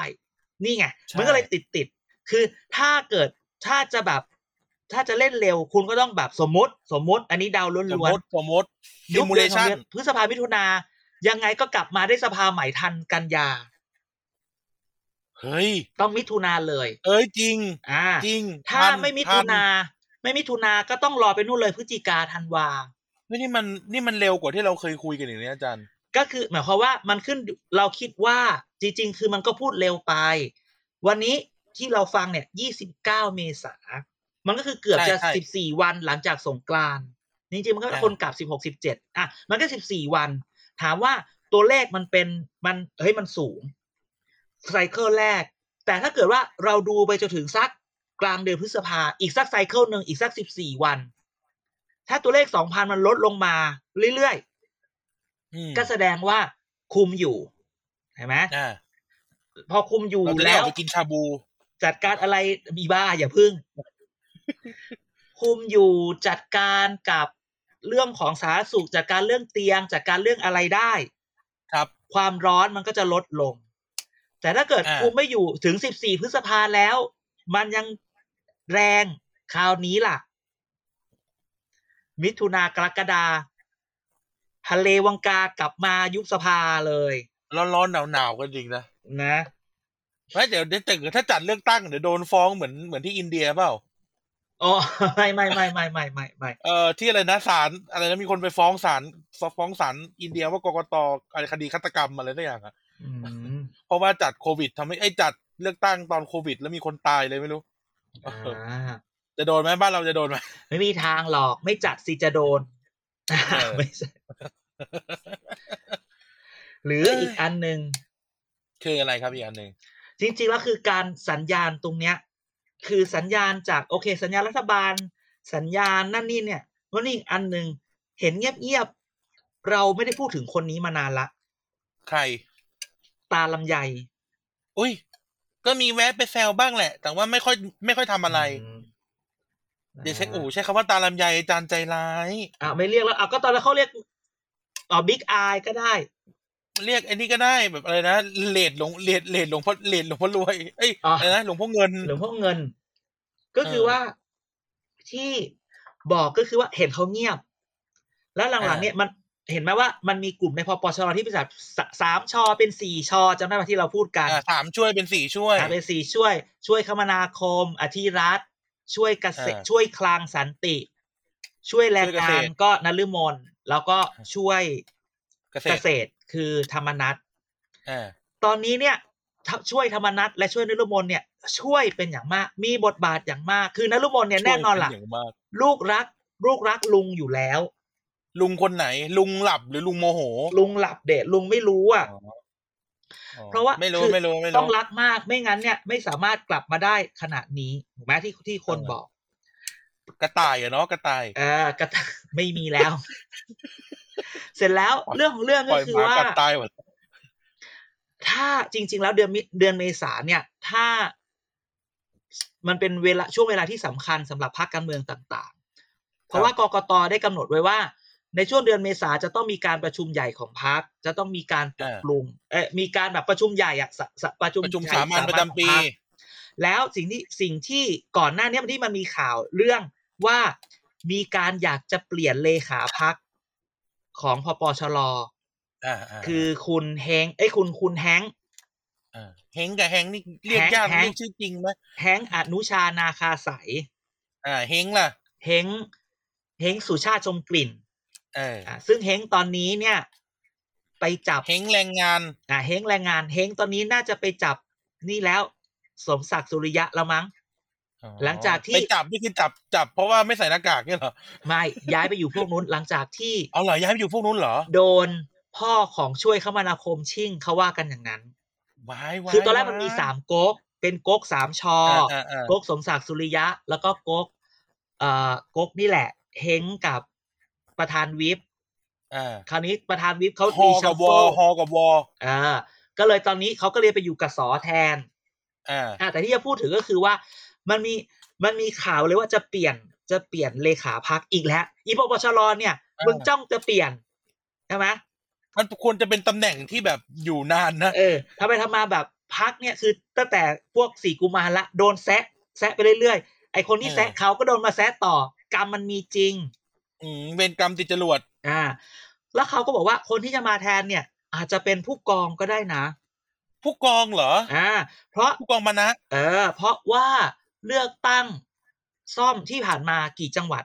Speaker 2: นี่ไง
Speaker 1: ใช่
Speaker 2: มันก็เลยติดติดๆคือถ้าเกิดถ้าจะแบบ ถ้าจะเล่นเร็ว คุณก็ต้องแบบสมมติสมมติ อันนี้เดาวล้
Speaker 1: สม
Speaker 2: วน
Speaker 1: มติสมมติ
Speaker 2: ๆ
Speaker 1: ดิ
Speaker 2: ยุบ
Speaker 1: มูเล
Speaker 2: เดือนสอง
Speaker 1: ชัน
Speaker 2: เดือนพฤษภามิถุนา ยังไงก็กลับมาได้สภาใหม่ทันกันยา
Speaker 1: เฮ้ย
Speaker 2: ต้องมิถุนาเลย
Speaker 1: เอ้ยจริง
Speaker 2: อ่า
Speaker 1: จริง
Speaker 2: ถ้า
Speaker 1: ทัน
Speaker 2: ไม่มิถุนา
Speaker 1: ทั
Speaker 2: ไม่มิถุนาก็ต้องรอไปนู่นเลยพฤศจิกาธันวา
Speaker 1: เฮ้ยนี่มันนี่มันเร็วกว่าที่เราเคยคุยกันอย่างนี้อาจารย์
Speaker 2: ก็คือหมายความว่ามันขึ้นอยู่เราคิดว่าจริง ๆ คือมันก็พูดเร็วไป วันนี้ที่เราฟังเนี่ย 29 เมษา มันก็คือเกือบจะ
Speaker 1: ใช่ใช่
Speaker 2: 14 วันหลังจากสงกรานต์จริงๆ มันก็
Speaker 1: อ่า
Speaker 2: คนกลับ 16 17 อ่ะ มันก็ 14 วัน ถามว่าตัวเลขมันเป็นมันเฮ้ยมันสูงไซเคิลแรก แต่ถ้าเกิดว่าเราดูไปจนถึงสักกลางเดือนพฤษภาอีกสักไซเคิลหนึ่งอีกสัก 14 วัน ถ้าตัวเลข 2,000 มันลดลงมาเรื่อยๆ
Speaker 1: อืม
Speaker 2: ก็แสดงว่าคุมอยู่เห็นไหม
Speaker 1: อ่า
Speaker 2: พอคุมอยู่
Speaker 1: เราจะได้
Speaker 2: แล้
Speaker 1: อ
Speaker 2: ว
Speaker 1: อกไปกินชาบู
Speaker 2: จัดการอะไรมีบ้าอย่าพึ่ง คุมอยู่จัดการกับเรื่องของสาธารณสุขจัดการเรื่องเตียงจัดการเรื่องอะไรได้
Speaker 1: ครับ
Speaker 2: ความร้อนมันก็จะลดลง แต่ถ้าเกิด
Speaker 1: อ่า
Speaker 2: คุมไม่อยู่ถึง 14 พฤษภาแล้ว มันยังแรงคราวนี้ล่ะ มิถุนากรกฎาทะเลวังกากลับมายุบสภาเลย
Speaker 1: ร้อนร้อนหนาวหนาวๆกันจริงนะ
Speaker 2: นะ
Speaker 1: ไม่เดี๋ยวเดี๋ยวแต่ถ้าจัดเลือกตั้งเดี๋ยวโดนฟ้องเหมือนเหมือนที่อินเดียเปล่า
Speaker 2: อ๋อ ไม่ไม่ไม่ไม่ไม่ไม่ไม่
Speaker 1: เอ่อที่อะไรนะศาลอะไรนะมีคนไปฟ้องศาลฟ้องศาลอินเดียว่ากกตอะไรคดีฆาตกรรมอะไรสักอย่างอะ
Speaker 2: อืม
Speaker 1: เพราะว่าจัดโควิดทำให้ไอ้ยจัดเลือกตั้งตอนโควิด แล้วมีคนตายเลยไม่รู้
Speaker 2: อ่า
Speaker 1: จะโดนไหมบ้านเราจะโดนไหม
Speaker 2: ไม่มีทางหรอก ไม่จัดสิจะโดน
Speaker 1: เออ
Speaker 2: ไม่ใช่หรืออีกอันหนึ่ง
Speaker 1: คืออะไรครับอีกอันหนึ่ง
Speaker 2: จริงๆแล้วคือการสัญญาณตรงเนี้ย คือสัญญาณจากโอเค สัญญาณรัฐบาล สัญญาณนั่นนี่เนี่ยแล้วนี่อีกอันหนึ่งเห็นเงียบๆเราไม่ได้พูดถึงคนนี้มานานละ
Speaker 1: ใคร
Speaker 2: ตาลำไย
Speaker 1: อุ้ย ก็มีแวะไปแซวบ้างแหละ แต่ว่าไม่ค่อยไม่ค่อยทำอะไร
Speaker 2: ม
Speaker 1: เดี๋ยวใช้อู๋ใช้คำว่าตาลำไยอาจารย์ใจร้าย
Speaker 2: อ่าไม่เรียกแล้วอ่ะก็ตอนแรกเขาเรียกอ๋อบิ๊กอายก็ได้
Speaker 1: เรียกไอ้นี่ก็ได้แบบอะไรนะเลดหลงเลดเลดหลวงพ่อเลดหลวงพ่อรวยเอ้ย
Speaker 2: อ๋ออ
Speaker 1: อะไรนะหลวงพ่อเงิน
Speaker 2: หลวงพ่อเงิน ก็คือ
Speaker 1: เออ
Speaker 2: ว่าที่บอกก็คือว่าเห็นเขาเงียบ แล้วหลังๆ
Speaker 1: อ่า
Speaker 2: เนี่ยมันเห็นไหมว่ามันมีกลุ่มในพปชที่เป็นแบบสะสามชอเป็นสี่ชอจำได้ไหมที่เราพูดกัน
Speaker 1: อ่าสามช่วยเป็นสี่ช่วย
Speaker 2: อ่าเป็นสี่ช่วย ช่วยคมนาคม อธิรัฐ ช่วยเกษตร
Speaker 1: อ่า
Speaker 2: ช่วยคลังสันติ ช่วยแรง
Speaker 1: ช่วยเก
Speaker 2: งา
Speaker 1: ษ
Speaker 2: น
Speaker 1: ตร
Speaker 2: ก็นฤมลแล้วก็ช่วย
Speaker 1: เกษตร
Speaker 2: เกษตรคือธรรมนัต
Speaker 1: อ่า
Speaker 2: ตอนนี้เนี่ยถ้าช่วยธรรมนัตและช่วยนฤมลเนี่ย ช่วยเป็นอย่างมาก มีบทบาทอย่างมาก คือนฤมลเนี่ยแน่นอนล่ะ
Speaker 1: ช่วยเป็อย่างมาก
Speaker 2: ลูกรัก ลูกรักลุงอยู่แล้ว
Speaker 1: ลุงคนไหน ลุงหลับหรือลุงโมโห
Speaker 2: ลุงหลับเดะลุงไม่รู้อ่ะ
Speaker 1: อ๋อ
Speaker 2: เพราะว่า
Speaker 1: ไม่รู้
Speaker 2: คือ
Speaker 1: ไม่รู้ไม่
Speaker 2: ต้อ
Speaker 1: รู้
Speaker 2: งรักมากไม่งั้นเนี่ย ไม่สามารถกลับมาได้ขนาดนี้ถูกไหมที่ที่คน
Speaker 1: เออ
Speaker 2: บอก
Speaker 1: กระต่ายอะเนาะกระต่าย
Speaker 2: เออกระทะ ไม่มีแล้ว เสร็จแล้วเรื่องของเรื่อง
Speaker 1: ป
Speaker 2: ก็
Speaker 1: ล่อย
Speaker 2: คื
Speaker 1: ห
Speaker 2: อ
Speaker 1: มา
Speaker 2: ว่า
Speaker 1: กัดตายหมด
Speaker 2: ถ้าจริง ๆ แล้วเดือนมิเดือนเมษาเนี่ย ถ้า มันเป็นเวลาช่วงเวลาที่สำคัญสำหรับพรรคการเมืองต่างๆ เพราะว่ากกตได้กำหนดไว้ว่า ในช่วงเดือนเมษาจะต้องมีการประชุมใหญ่ของพรรคจะต้องมีการปรับปรุงเอ่อมีการแบบประชุมใหญ่อะสะสะประชุม
Speaker 1: ประชุม
Speaker 2: ใหญ่
Speaker 1: สามัญประจำปี
Speaker 2: ของพรรคแล้วสิ่งที่สิ่งที่ก่อนหน้านี้ที่มันมีข่าวเรื่องว่ามีการอยากจะเปลี่ยนเลขาพักของพปชร
Speaker 1: อ่า
Speaker 2: คือคุณแฮงค์เอ้ยคุณคุณแฮงค์
Speaker 1: าเฮงกับแฮงนี่เรียก
Speaker 2: แฮง
Speaker 1: ยาก
Speaker 2: แฮง
Speaker 1: เรียกชื่อจริงไหม
Speaker 2: แฮงค์อนุชานาคาใสย
Speaker 1: อ่าเฮงล่ะ
Speaker 2: เฮงเฮงสุชาติชมกลิ่น
Speaker 1: เออ
Speaker 2: อ่ะซึ่งเฮงตอนนี้เนี่ย ไปจับ
Speaker 1: เฮงแรงงาน
Speaker 2: อ่ะเฮงแรงงานเฮงตอนนี้น่าจะไปจับนี่แล้ว สมศักดิ์สุริยะแล้วมั้ง
Speaker 1: อ๋อ
Speaker 2: หลังจากที่
Speaker 1: ไปจับนี่คือจับจับ เพราะว่าไม่ใส่หน้ากากเนี่ยเหรอ
Speaker 2: ไม่ย้ายไปอยู่พวกนู้นหลังจากที่
Speaker 1: เอาเหรอย้ายไปอยู่พวกนู้นเหรอ
Speaker 2: โดนพ่อของช่วยคมนาคมชิ่งเขาว่ากันอย่างนั้น
Speaker 1: วายวาย
Speaker 2: คือตอนแรกมันมี
Speaker 1: วาย
Speaker 2: สามก๊กเป็นก๊กสามชอ
Speaker 1: อ่า
Speaker 2: อ
Speaker 1: อ่าอ่า
Speaker 2: ก๊กสมศักดิ์สุริยะ แล้วก็ก๊กเอ่อก๊กนี่แหละเฮงกับประธานวิป
Speaker 1: อ่า
Speaker 2: คราวนี้ประธานวิปเขา
Speaker 1: ฮอกับวอฮอกับวอ
Speaker 2: อ่าก็เลยตอนนี้เขาก็เลยไปอยู่กับสอแทน
Speaker 1: อ่า
Speaker 2: อ่ะแต่ที่จะพูดถึงก็คือว่ามันมีมันมีข่าวเลยว่าจะเปลี่ยนจะเปลี่ยนเลขาพักอีกแล้วอีปปชรเนี่ยมึงจ้องจะเปลี่ยนใช่ไหม
Speaker 1: มันควรจะเป็นตำแหน่งที่แบบอยู่นานนะ
Speaker 2: เออทำไปทำมาแบบพักเนี่ยคือตั้งแต่พวกสี่กุมารละโดนแซะแซะไปเรื่อยๆไอคนที่แซะเขาก็โดนมาแซะต่อกรรมมันมีจริง
Speaker 1: อืมเวรกรรมติดจรวด
Speaker 2: อ่า แล้วเขาก็บอกว่าคนที่จะมาแทนเนี่ย อาจจะเป็นผู้กองก็ได้นะ
Speaker 1: ผู้กองเหรอ
Speaker 2: อ่าเพราะ
Speaker 1: ผู้กองมานะ
Speaker 2: เออ เพราะว่าเลือกตั้งซ่อมที่ผ่านมากี่จังหวัด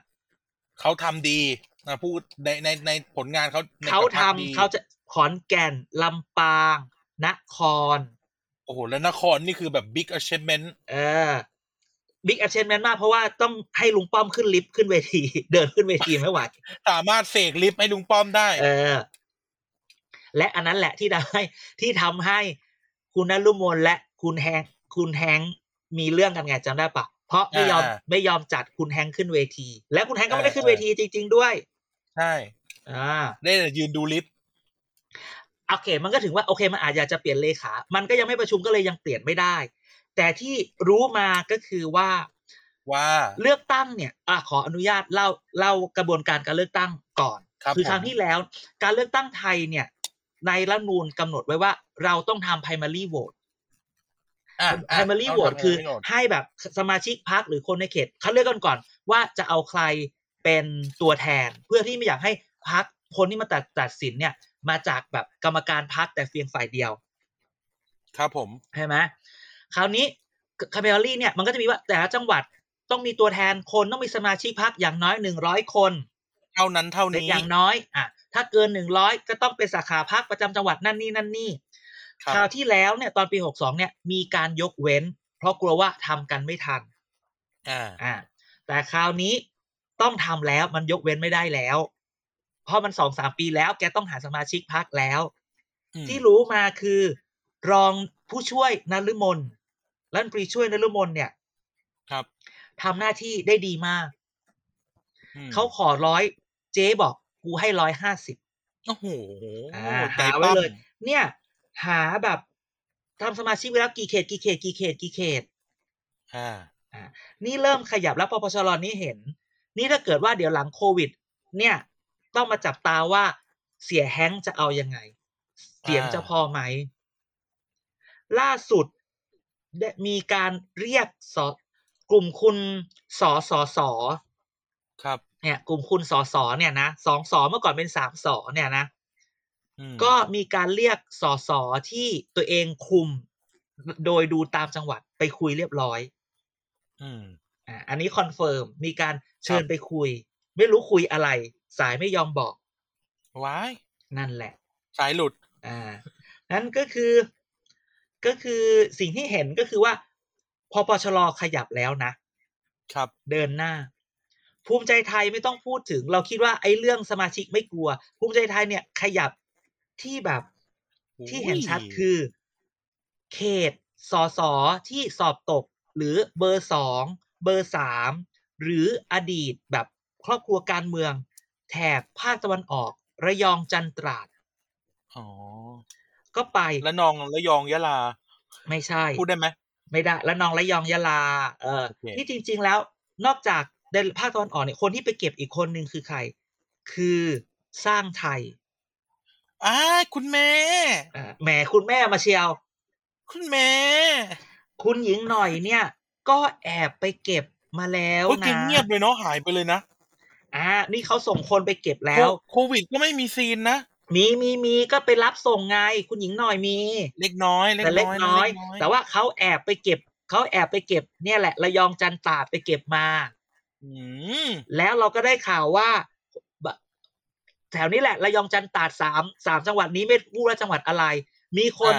Speaker 1: เขาทำดีนะพูดในในในผลงานเขาใน
Speaker 2: เขา
Speaker 1: ภ
Speaker 2: ทำ
Speaker 1: พดี
Speaker 2: เขาจะขอนแก่นลำปาง นคร
Speaker 1: โอ้โห แล้วนครนี่คือแบบ big achievement
Speaker 2: เออบิ๊กแอชเชนแมนมาก เพราะว่าต้องให้ลุงป้อมขึ้นลิฟต์ขึ้นเวที เดินขึ้นเวที ไม่ไหว
Speaker 1: สามารถเสกลิฟต์ให้ลุงป้อมได้
Speaker 2: เออ และอันนั้นแหละที่ทำให้ ที่ทำให้คุณนรุมนและคุณแฮงค์คุณแฮงค์มีเรื่องกันไงจำได้ปะเพราะไม่ยอม
Speaker 1: อ่า
Speaker 2: ไม่ยอมจัดคุณแฮงค์ขึ้นเวที และคุณแฮงค์ก็ไม่
Speaker 1: เอ
Speaker 2: ได้
Speaker 1: อ
Speaker 2: ขึ้น
Speaker 1: เอ
Speaker 2: เว
Speaker 1: อ
Speaker 2: ทีจริง ๆ ด้วย
Speaker 1: ใช่
Speaker 2: อ่า
Speaker 1: ได้แต่ยืนดูลิฟต์
Speaker 2: โอเค มันก็ถึงว่าโอเค มันอาจอยากจะเปลี่ยนเลขา มันก็ยังไม่ประชุมก็เลยยังเปลี่ยนไม่ได้ แต่ที่รู้มาก็คือว่า
Speaker 1: ว่า
Speaker 2: เลือกตั้งเนี่ยอะขออนุญาตเล่าเล่ากระบวนการการเลือกตั้งก่อน
Speaker 1: ครับ
Speaker 2: อครั้ง
Speaker 1: ผม
Speaker 2: ที่แล้ว การเลือกตั้งไทยเนี่ย ในรัฐธรรมนูญกำหนดไว้ว่าเราต้องทำ primary vote
Speaker 1: อ่ะอ่ะ
Speaker 2: primary
Speaker 1: ต้องทำ
Speaker 2: vote คือ
Speaker 1: primary vote
Speaker 2: ให้แบบสมาชิกพรรคหรือคนในเขตคัดเลือกกันก่อน ว่าจะเอาใครเป็นตัวแทน เพื่อที่ไม่อยากให้พรรคคนที่มาตัดตัดสินเนี่ย มาจากแบบกรรมการพรรคแต่เพียงฝ่ายเดียว
Speaker 1: ครับผม
Speaker 2: ใช่ไหมคราวนี้คาเบลลี่เนี่ยมันก็จะมีว่าแต่ละจังหวัดต้องมีตัวแทนคนต้องมีสมาชิกพักอย่างน้อยหนึ่งร้อยคน
Speaker 1: เท่านั้นเท่า
Speaker 2: เป็น
Speaker 1: นี้
Speaker 2: อย่างน้อยอ่ะถ้าเกินหนึ่งร้อยก็ต้องเป็นสาขาพักประจำจังหวัดนั่นนี่นั่นนี่
Speaker 1: ครั
Speaker 2: คราว
Speaker 1: บ
Speaker 2: ที่แล้วเนี่ยตอนปีหกสองเนี่ยมีการยกเว้น เพราะกลัวว่าทำกันไม่ทัน
Speaker 1: อ่า
Speaker 2: อ่ะแต่คราวนี้ต้องทำแล้วมันยกเว้นไม่ได้แล้ว เพราะมันสองสามปีแล้วแกต้องหาสมาชิกพักแล้ว
Speaker 1: อืม
Speaker 2: ที่รู้มาคือรองผู้ช่วยนฤมลรัฐมนตรีช่วยนฤมลเนี่ย
Speaker 1: ครับ
Speaker 2: ทำหน้าที่ได้ดีมาก
Speaker 1: อืม
Speaker 2: เขาขอร้อยเจ๊บอกกูให้ร้อยห้าสิบ
Speaker 1: โอ้โห
Speaker 2: อ่า
Speaker 1: ใจ
Speaker 2: หาไว้
Speaker 1: ปั้ม
Speaker 2: เลย เนี่ย หาแบบทำสมาชิกไปแล้วกี่เขตกี่เขตกี่เขตกี่เขต
Speaker 1: อ่า
Speaker 2: นี่เริ่มขยับแล้วปปชรนี่เห็น นี่ถ้าเกิดว่าเดี๋ยวหลังโควิด เนี่ย ต้องมาจับตาว่าเสียแฮงค์จะเอายังไง เสียงจะพอไหม ล่าสุดได้มีการเรียกสกลุ่มคุณสอสอสอ
Speaker 1: ครับ
Speaker 2: เนี่ย กลุ่มคุณสอสอเนี่ยนะสองสอเมื่อก่อนเป็นสามสอเนี่ยนะ
Speaker 1: อืม
Speaker 2: ก็มีการเรียกสอสอที่ตัวเองคุม โดยดูตามจังหวัดไปคุยเรียบร้อย
Speaker 1: อืม
Speaker 2: อ่ะอันนี้คอนเฟิร์มมีการเชิ
Speaker 1: ค
Speaker 2: ญ
Speaker 1: รับ
Speaker 2: ไปคุย ไม่รู้คุยอะไร สายไม่ยอมบอก
Speaker 1: ว้าย
Speaker 2: นั่นแหละ
Speaker 1: สายหลุด
Speaker 2: อ่า นั่นก็คือก็คือสิ่งที่เห็นก็คือว่าพอปชรขยับแล้วนะ
Speaker 1: ครับ
Speaker 2: เดินหน้า ภูมิใจไทยไม่ต้องพูดถึง เราคิดว่าไอ้เรื่องสมาชิกไม่กลัว ภูมิใจไทยเนี่ย ขยับที่แบบ
Speaker 1: โอ้ย
Speaker 2: ที่เห็นชัดคือ เขตสอสอที่สอบตก หรือเบอร์สองเบอร์สามหรืออดีตแบบครอบครัวการเมือง แถบภาคตะวันออก ระยองจันตราด
Speaker 1: อ๋อ
Speaker 2: ก็ไป
Speaker 1: และนองและยองยะลา
Speaker 2: ไม่ใช่
Speaker 1: พูดได้ไหม
Speaker 2: ไม่ได้และนองระยองยะลา เออ
Speaker 1: โอเค
Speaker 2: ที่จริง ๆ แล้ว นอกจากในภาคตะวันออกเนี่ยคนที่ไปเก็บอีกคนหนึ่งคือใคร คือสร้างไทย
Speaker 1: อ่าคุณแม่
Speaker 2: อ่าแหมคุณแม่มาเชียว
Speaker 1: คุณแม่
Speaker 2: คุณหญิงหน่อยเนี่ย ก็แอบไปเก็บมาแล้ว
Speaker 1: โอ้ย
Speaker 2: นะ
Speaker 1: จริงเงียบเลยเนาะหายไปเลยนะ
Speaker 2: อ่านี่เขาส่งคนไปเก็บแล้ว
Speaker 1: โคโควิดก็ไม่มีซีนนะ
Speaker 2: มีมีมีก็ไปรับส่งไง คุณหญิงหน่อยมี
Speaker 1: เล็กน้อยเล็ก
Speaker 2: แต่เล็ก
Speaker 1: น้อย
Speaker 2: น้อย
Speaker 1: เล็กน้อย
Speaker 2: แต่ว่าเขาแอบไปเก็บเขาแอบไปเก็บเนี่ยแหละระยองจันตราดไปเก็บมา
Speaker 1: อืม
Speaker 2: แล้วเราก็ได้ข่าวว่าบะแถวนี้แหละระยองจันตราดสามสามจังหวัดนี้ไม่รู้ว่าจังหวัดอะไร มีคน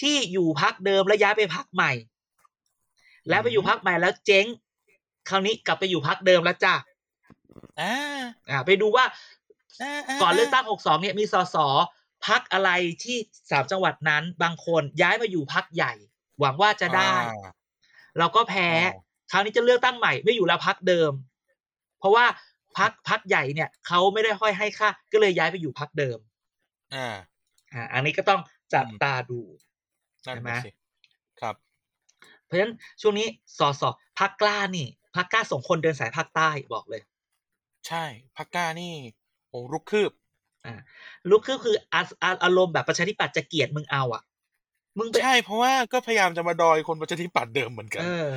Speaker 2: ที่อยู่พักเดิมแล้วย้ายไปพักใหม่ แล้วไปอยู่พักใหม่แล้วเจ๊ง คราวนี้กลับไปอยู่พักเดิมแล้วจ้ะ
Speaker 1: อ่า
Speaker 2: อ่าไปดูว่า
Speaker 1: าา
Speaker 2: ก่อนเลือกตั้ง 62 เนี่ยมีสสพักอะไรที่สามจังหวัดนั้นบางคนย้ายมาอยู่พักใหญ่ หวังว่าจะได้
Speaker 1: อ่า
Speaker 2: เราก็แพ้
Speaker 1: อ๋อ
Speaker 2: คราวนี้จะเลือกตั้งใหม่ไม่อยู่แล้วพักเดิม เพราะว่าพักพักใหญ่เนี่ยเขาไม่ได้ค่อยให้ค่าก็เลยย้ายไปอยู่พักเดิม
Speaker 1: อ่า
Speaker 2: อ่า อันนี้ก็ต้องจับตาดู
Speaker 1: นั่น
Speaker 2: ใช่ไหม
Speaker 1: น่ะสิครับ
Speaker 2: เพราะฉะนั้นช่วงนี้สสพักกล้านี่พักกล้าส่งคนเดินสายภาคใต้บอกเลย
Speaker 1: ใช่พักก้านี่ โอ้ลุกคืบ
Speaker 2: ลุกขึ้นคืออาอาอารมณ์แบบประชาธิปัตย์จะเกลียดมึงเอาอ่ะ มึงไป
Speaker 1: ใช่เพราะว่าก็พยายามจะมาดอยคนประชาธิปัตย์เดิมเหมือนกัน
Speaker 2: เออ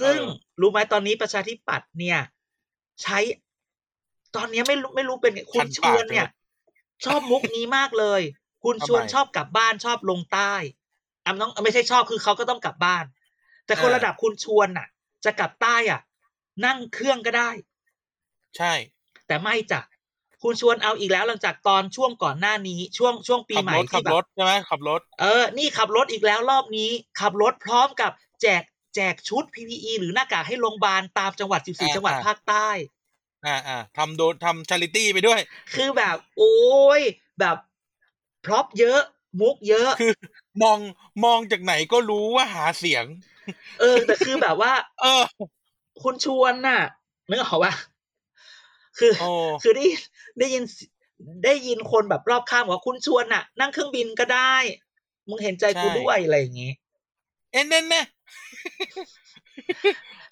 Speaker 2: ซึ่ง
Speaker 1: เออ
Speaker 2: รู้ไหมตอนนี้ประชาธิปัตย์เนี่ย ใช้ ตอนเนี้ยไม่รู้ไม่รู้เป็นไงคุณชวนเนี่ย ชอบมุกนี้มากเลย คุณชวนชอบกลับบ้านชอบลงใต้อำน้องไม่ใช่ชอบคือเขาก็ต้องกลับบ้าน แต่คนระดับคุณชวนน่ะ จะกลับใต้อ่ะ นั่งเครื่องก็ได้
Speaker 1: ใช่
Speaker 2: แต่ไม่จ้ะคุณชวนเอาอีกแล้วหลังจากตอนช่วงก่อนหน้านี้ ช่วงช่วงปี
Speaker 1: ขับ
Speaker 2: ใหม่
Speaker 1: รถขับ
Speaker 2: ที่แบ
Speaker 1: ร
Speaker 2: บ
Speaker 1: ถใช่ไหมขับรถ
Speaker 2: เออ นี่ขับรถอีกแล้วรอบนี้ ขับรถพร้อมกับแจกแจกชุด PPE หรือหน้ากากให้โรงพยาบาลตามจังหวัด
Speaker 1: อ่า
Speaker 2: 14 จังหวัด
Speaker 1: อ่า
Speaker 2: ภาคใต้
Speaker 1: อ่าอ่าทำโดนทำชาริตี้ไปด้วย
Speaker 2: คือแบบ โอ้ย แบบพร็อพเยอะ มุกเยอะ
Speaker 1: คือ มองมองจากไหนก็รู้ว่าหาเสียง
Speaker 2: เออ แต่คือแบบว่า
Speaker 1: เออ
Speaker 2: คุณชวนน่ะนึกออกว่า คือ
Speaker 1: โอ้
Speaker 2: คือได้ยินได้ยินได้ยินคนแบบรอบข้างบอกว่าคุณชวนน่ะ นั่งเครื่องบินก็ได้ มึงเห็นใจกู
Speaker 1: ใช่
Speaker 2: ด้วยอะไรอย่างงี้
Speaker 1: เอ็นเน่นแน่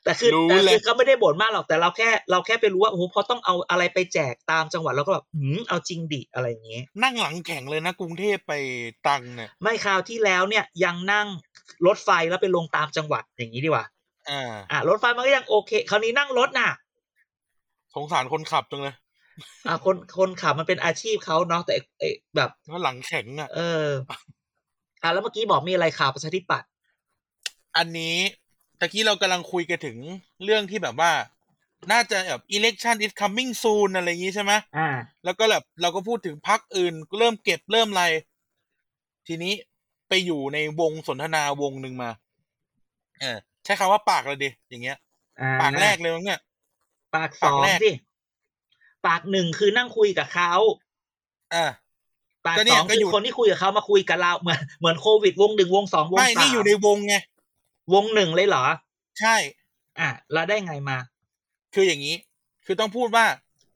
Speaker 2: แต่คือ
Speaker 1: รู้
Speaker 2: แต่
Speaker 1: แหละ
Speaker 2: คือเขาไม่ได้บ่นมากหรอกแต่เราแค่ เราแค่ไปรู้ว่าโอ้โหพอต้องเอาอะไรไปแจกตามจังหวัดเราก็แบบหืมเอาจริงดิอะไรอย่างเงี้ย
Speaker 1: นั่งหลังแข็งเลยนะ กรุงเทพไปตรังเนี่ย
Speaker 2: ไม่คราวที่แล้วเนี่ยยังนั่งรถไฟแล้วไปลงตามจังหวัดอย่างนี้ดีกว่า
Speaker 1: อ่า
Speaker 2: อ่ะรถไฟมันก็ยังโอเค คราวนี้นั่งรถน่ะ
Speaker 1: สงสารคนขับจังเลย
Speaker 2: อ่ะคนคนขับมันเป็นอาชีพเขาเนาะแต่เอ่อแบบ
Speaker 1: แล้วหลังแข็งอ่ะ
Speaker 2: เอออ่ะแล้วเมื่อกี้บอกมีอะไรข่าวประชาธิปัตย์
Speaker 1: อันนี้ตะกี้เรากำลังคุยกันถึงเรื่องที่แบบว่า น่าจะแบบ election is coming soon อะไรอย่างนี้ใช่ไหม
Speaker 2: อ่า
Speaker 1: แล้วก็แบบเราก็พูดถึงพักอื่น เริ่มเก็บเริ่มอะไร ทีนี้ไปอยู่ในวงสนทนาวงหนึ่งมา เออ ใช้คำว่าปากเลยดิอย่างเงี้ย
Speaker 2: อ่า
Speaker 1: ปากแรกเลยมั้งเนี่ย
Speaker 2: ปากสอ
Speaker 1: ปาก
Speaker 2: ง
Speaker 1: แรก
Speaker 2: สิปากหนึ่งคือนั่งคุยกับเขา
Speaker 1: อ่า
Speaker 2: ปาก
Speaker 1: ก็เนี่
Speaker 2: ส
Speaker 1: ย
Speaker 2: อง
Speaker 1: ก็
Speaker 2: คื
Speaker 1: อยู่
Speaker 2: อคนที่คุยกับเขามาคุยกับเราเหมือนเหมือนโควิดวงหนึ่งวงสองวง
Speaker 1: ไม่
Speaker 2: สาม
Speaker 1: นี่อยู่ในวงไง
Speaker 2: วงหนึ่งเลยเหรอ
Speaker 1: ใช่
Speaker 2: อ่ะแล้วได้ไงมา
Speaker 1: คืออย่างนี้ คือต้องพูดว่า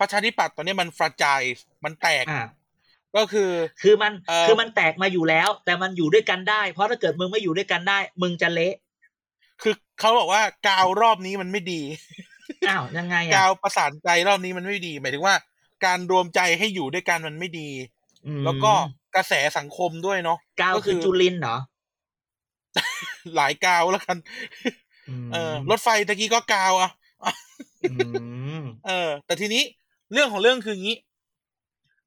Speaker 1: ประชาธิปัตย์ตอนนี้มันฟราจายมันแตก
Speaker 2: อ่ะ
Speaker 1: ก็คือ
Speaker 2: คือมัน
Speaker 1: เอ่อ
Speaker 2: คือมันแตกมาอยู่แล้ว แต่มันอยู่ด้วยกันได้ เพราะถ้าเกิดมึงไม่อยู่ด้วยกันได้ มึงจะเละ
Speaker 1: คือเขาบอกว่ากาวรอบนี้มันไม่ดี
Speaker 2: อ้าวยังไง
Speaker 1: กา
Speaker 2: อ่ะ
Speaker 1: วประสานใจรอบนี้มันไม่ดี หมายถึงว่า การรวมใจให้อยู่ด้วยกันมันไม่ดี
Speaker 2: อืม
Speaker 1: แล้วก็กระแสสังคมด้วยเนาะ
Speaker 2: กาว
Speaker 1: ก็คื
Speaker 2: คือ อจุลินเหรอ
Speaker 1: หลายกาวแล้วกัน
Speaker 2: ม
Speaker 1: เออรถไฟตะกี้ก็กาวอะ
Speaker 2: อืม
Speaker 1: เออ แต่ทีนี้เรื่องของเรื่องคืออย่างนี้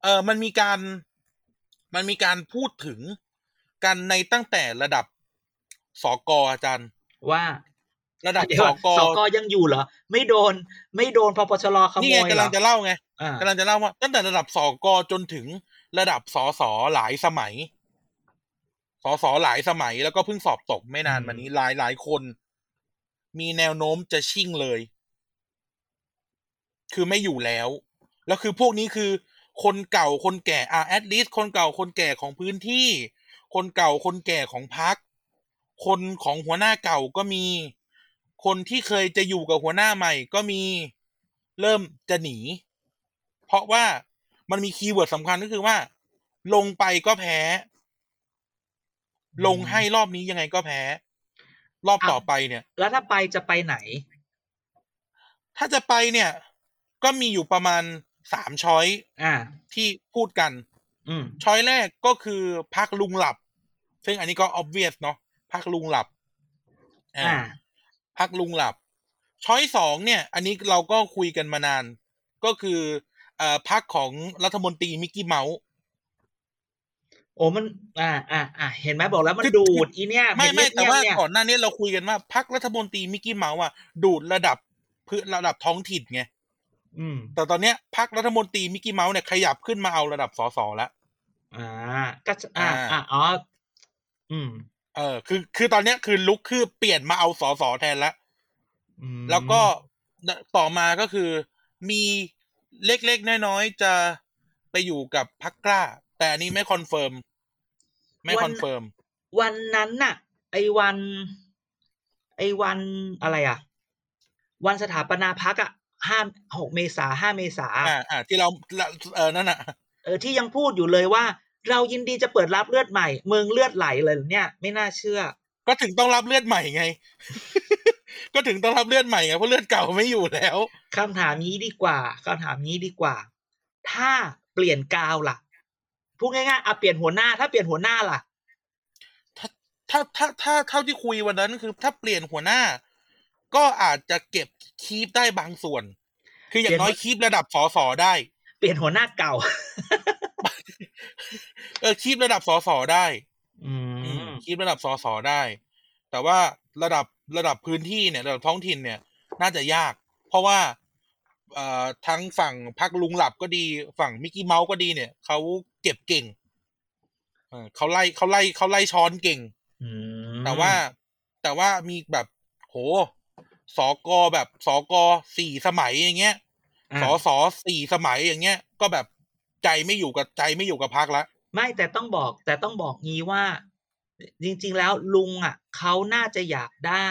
Speaker 1: เออมันมีการ มันมีการพูดถึงกันในตั้งแต่ระดับสกอาจารย์
Speaker 2: ว่า
Speaker 1: ระดับ
Speaker 2: เดี๋ย
Speaker 1: ส
Speaker 2: ว
Speaker 1: ก
Speaker 2: สกยังอยู่เหรอ ไม่โดน ไม่โดนพปชรขโม
Speaker 1: นี่ไง
Speaker 2: ย
Speaker 1: กำ
Speaker 2: เหร
Speaker 1: ลั
Speaker 2: อง
Speaker 1: จะเล่าไง
Speaker 2: อ่าก
Speaker 1: ำลังจะเล่าว่า ตั้งแต่ระดับสกจนถึงระดับสสหลายสมัย สสหลายสมัยแล้วก็เพิ่งสอบตกไม่นานมานี้หลายหลายคน มีแนวโน้มจะชิ่งเลย คือไม่อยู่แล้ว แล้วคือพวกนี้คือคนเก่าคนแก่อ่าแอดลิสคนเก่าคนแก่ของพื้นที่ คนเก่าคนแก่ของพัก คนของหัวหน้าเก่าก็มี คนที่เคยจะอยู่กับหัวหน้าใหม่ก็มีเริ่มจะหนี เพราะว่ามันมีคีย์เวิร์ดสำคัญก็คือว่า ลงไปก็แพ้ ลงให้รอบนี้ยังไงก็แพ้ รอบต่อไปเนี่ย
Speaker 2: แล้วถ้าไปจะไปไหน
Speaker 1: ถ้าจะไปเนี่ย ก็มีอยู่ประมาณสามช้อย
Speaker 2: อ่า
Speaker 1: ที่พูดกัน
Speaker 2: อืม
Speaker 1: ช้อยแรกก็คือพักลุงหลับ ซึ่งอันนี้ก็ obvious เนาะพักลุงหลับอ่า
Speaker 2: อ่า
Speaker 1: พักลุงหลับ ช้อยสองเนี่ย อันนี้เราก็คุยกันมานาน ก็คือเอ่อพักของรัฐมนตรีมิกกี้เมาส์
Speaker 2: โอ้มัน อ่า อ่า อ่า เห็นไหมบอกแล้วมัน
Speaker 1: คือ
Speaker 2: ดูดอีเนี่ย
Speaker 1: ไม่
Speaker 2: เห็น
Speaker 1: ไม่แต่
Speaker 2: เงียบ
Speaker 1: ว่า
Speaker 2: ๆเนี่ย
Speaker 1: ก่อนหน้านี้เราคุยกันว่าพักรัฐมนตรีมิกกี้เมาส์อ่ะดูดระดับพื้นระดับท้องถิ่นไง
Speaker 2: อืม
Speaker 1: แต่ตอนเนี้ยพักรัฐมนตรีมิกกี้เมาส์เนี่ยขยับขึ้นมาเอาระดับสสแล้ว
Speaker 2: อ่า ก็จะอ่า
Speaker 1: อ่า
Speaker 2: อ่าอ๋อ อืม
Speaker 1: เออคือคือตอนเนี้ยคือลุกคือเปลี่ยนมาเอาสสแทนแล้ว
Speaker 2: อืม
Speaker 1: แล้วก็ ต่อมาก็คือ มีเล็กๆน้อยๆจะไปอยู่กับพักกล้า แต่อันนี้ไม่คอนเฟิร์มไม่
Speaker 2: วัน
Speaker 1: คอนเฟิร์ม
Speaker 2: วันนั้นน่ะ ไอ้วัน ไอ้วันอะไรอ่ะ วันสถาปนาพักอ่ะห้าหกเมษาห้าเมษา
Speaker 1: อ่าอ่าที่เราเออนั่นอ่ะ
Speaker 2: เออที่ยังพูดอยู่เลยว่า เรายินดีจะเปิดรับเลือดใหม่เมืองเลือดไหลเลยเนี่ย ไม่น่าเชื่อ
Speaker 1: ก็ถึงต้องรับเลือดใหม่ไง ก็ถึงต้องรับเลือดใหม่ไงเพราะเลือดเก่าไม่อยู่แล้ว
Speaker 2: คำถามนี้ดีกว่าคำถามนี้ดีกว่า ถ้าเปลี่ยนกาวล่ะพูดง่ายๆอ่ะเปลี่ยนหัวหน้า ถ้าเปลี่ยนหัวหน้าล่ะ
Speaker 1: ถ้าถ้าถ้าเท่าที่คุยวันนั้นคือถ้าเปลี่ยนหัวหน้า ก็อาจจะเก็บคีปได้บางส่วน คืออย่างน้อยคีประดับสอสอได้
Speaker 2: เปลี่ยนหัวหน้าเก่า
Speaker 1: เออคีประดับสอสอได้
Speaker 2: อื
Speaker 1: อืม
Speaker 2: ม
Speaker 1: คีประดับสอสอได้ แต่ว่าระดับระดับพื้นที่เนี่ยระดับท้องถิ่นเนี่ย น่าจะยาก เพราะว่าเอ่อทั้งฝั่งพักลุงหลับก็ดีฝั่งมิกกี้เมาส์ก็ดีเนี่ยเขาเก็บเก่งเออเขาไล่เขาไล่เขาไล่ช้อนเก่ง
Speaker 2: อืม
Speaker 1: แต่ว่าแต่ว่ามีแบบโหสอกอแบบสอกอสี่สมัยอย่างเงี้ย
Speaker 2: อ่ะ
Speaker 1: สอสอสี่สมัยอย่างเงี้ย ก็แบบใจไม่อยู่กับใจไม่อยู่กับพักละ
Speaker 2: ไม่แต่ต้องบอก แต่ต้องบอกงี้ว่า จริง ๆ แล้วลุงอ่ะเขาน่าจะอยากได้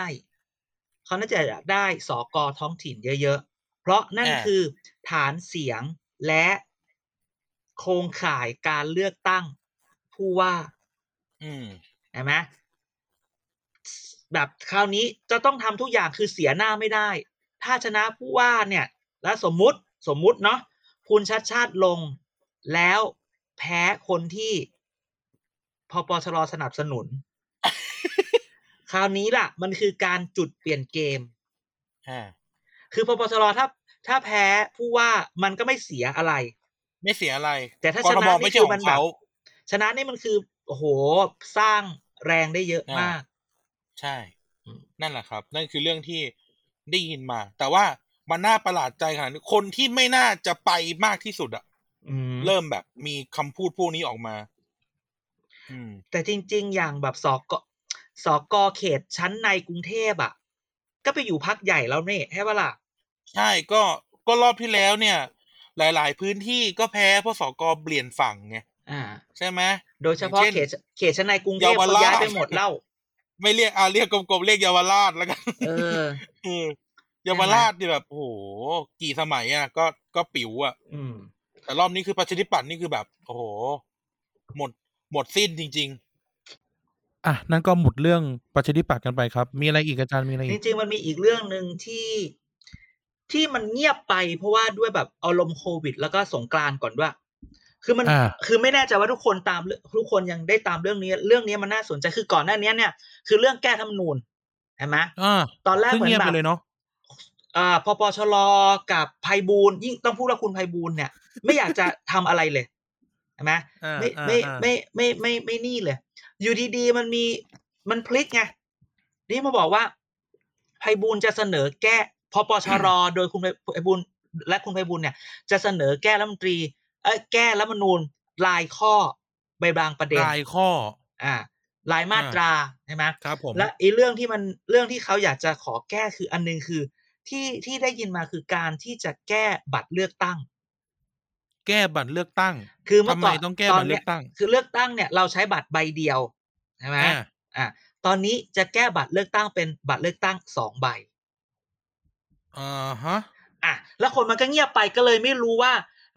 Speaker 2: เขาน่าจะอยากได้สกท้องถิ่นเยอะๆ เพราะนั่นคือฐานเสียงและโครงข่ายการเลือกตั้งผู้ว่า
Speaker 1: อืม
Speaker 2: ใช่ไหมแบบคราวนี้จะต้องทำทุกอย่างคือเสียหน้าไม่ได้ ถ้าชนะผู้ว่าเนี่ย แล้วสมมุติสมมุติเนาะคุณชัดชาติลง แล้วแพ้คนที่พอปชรสนับส นุน คราวนี้ล่ะ มันคือการจุดเปลี่ยนเกม
Speaker 1: อ่า
Speaker 2: คือพอปชรถ้า ถ้าแพ้ผู้ว่ามันก็ไม่เสียอะไร
Speaker 1: ไม่เสียอะไร
Speaker 2: แต่ถ้าก ช
Speaker 1: ท
Speaker 2: นะ
Speaker 1: ม
Speaker 2: นี่
Speaker 1: ไม่ใช่
Speaker 2: คือ
Speaker 1: ข
Speaker 2: มั
Speaker 1: อนง
Speaker 2: แบ
Speaker 1: เขา
Speaker 2: บชนะนี่มันคือโอ้โหสร้างแรงได้เยอะมาก
Speaker 1: ใช่
Speaker 2: อืม
Speaker 1: นั่นแหละครับ นั่นคือเรื่องที่ได้ยินมา แต่ว่ามันน่าประหลาดใจขนาดนี้คนที่ไม่น่าจะไปมากที่สุดอะ
Speaker 2: อืม
Speaker 1: เริ่มแบบมีคำพูดพวกนี้ออกมา อืม
Speaker 2: แต่จริง ๆ อย่างแบบสกสกเขตชั้นในกรุงเทพอ่ะ ก็ไปอยู่พักใหญ่แล้วเนี่ยใช่ปะล่ะ
Speaker 1: ใช่ก็ก็รอบที่แล้วเนี่ย หลาย ๆ พื้นที่ก็แพ้เพราะสกเปลี่ยนฝั่งไง
Speaker 2: อ่า
Speaker 1: ใช่ไหม
Speaker 2: โดยเฉพาะ
Speaker 1: อย่าง
Speaker 2: เข
Speaker 1: เช่
Speaker 2: ต
Speaker 1: น
Speaker 2: เขตชั้นในกรุงเทพ
Speaker 1: เยาว
Speaker 2: เขา
Speaker 1: ราช
Speaker 2: ย้ายไปหมดเล่า
Speaker 1: ไม่เรียกอาเรียกกลมๆเรียกเยาวราชแล้วกัน
Speaker 2: เออ
Speaker 1: เออเยาวราชนี่แบบโอ้โหกี่สมัยอ่ะก็ก็ปิ๋วอ่ะ
Speaker 2: อืม
Speaker 1: แต่รอบนี้คือประชาธิปัตย์นี่คือแบบ โอ้โห หมดหมดสิ้นจริง
Speaker 3: อ่ะนั่นก็หมดเรื่องประชาธิปัตย์กันไปครับ มีอะไรอีกอาจารย์มีอะไร
Speaker 2: จ
Speaker 3: อีก
Speaker 2: ริง ๆ มันมีอีกเรื่องหนึ่งที่ที่มันเงียบไป เพราะว่าด้วยแบบอารมณ์โควิด แล้วก็สงกรานต์ก่อนด้วย คือมัน
Speaker 3: อ่า
Speaker 2: คือไม่แน่ใจว่าทุกคนตามเรื่องทุกคนยังได้ตามเรื่องนี้ เรื่องนี้มันน่าสนใจคือก่อนหน้านี้เนี่ย คือเรื่องแก้ธรรมนูญใช่ไหม
Speaker 3: อ่า
Speaker 2: ตอนแรก
Speaker 3: ซึ่ง
Speaker 2: เหมือน
Speaker 3: เงียบ
Speaker 2: แบ
Speaker 3: ไป
Speaker 2: บ
Speaker 3: เลยเนาะ
Speaker 2: อ่าพปชรกับไพบูลย์ยิ่งต้องพูดว่าคุณไพบูลย์เนี่ย ไม่อยากจะทำอะไรเลยใช่ไหม
Speaker 3: อ่า
Speaker 2: ไม่
Speaker 3: อ่า
Speaker 2: ไม่
Speaker 3: อ่า
Speaker 2: ไม่ไม่ไม่ไม่ไม่นี่เลย อยู่ดีๆ มันมีมันพลิกไงนี่มาบอกว่าไพบูลย์จะเสนอแก้พปช รโดยคุณไพบูลย์และคุณไพบูลย์เนี่ย จะเสนอแก้รัฐมนตรีเอ้ยแก้รัฐธรรมนูญรายข้อใบบางประเด็น
Speaker 3: รายข้อ
Speaker 2: อ่า รายมาตราใช่ไหม
Speaker 3: ครับผม
Speaker 2: และไอ้เรื่องที่มันเรื่องที่เขาอยากจะขอแก้คืออันหนึงคือ ที่ที่ได้ยินมาคือการที่จะแก้บัตรเลือกตั้ง
Speaker 3: แก้บัตรเลือกตั้ง
Speaker 2: คือเมื่
Speaker 3: ทำ
Speaker 2: อ
Speaker 3: ไม
Speaker 2: ก่อน
Speaker 3: ต้องแก้
Speaker 2: ต
Speaker 3: บั
Speaker 2: น
Speaker 3: ตรเลื
Speaker 2: นี้
Speaker 3: อย กตั้ง
Speaker 2: คือเลือกตั้งเนี่ยเราใช้บัตรใบเดียวใช่ไหม
Speaker 3: อ่า
Speaker 2: อ่าตอนนี้จะแก้บัตรเลือกตั้งเป็นบัตรเลือกตั้งสองใบ
Speaker 3: อ่าฮะ
Speaker 2: อ่ะแล้วคนมันก็เงียบไปก็เลยไม่รู้ว่า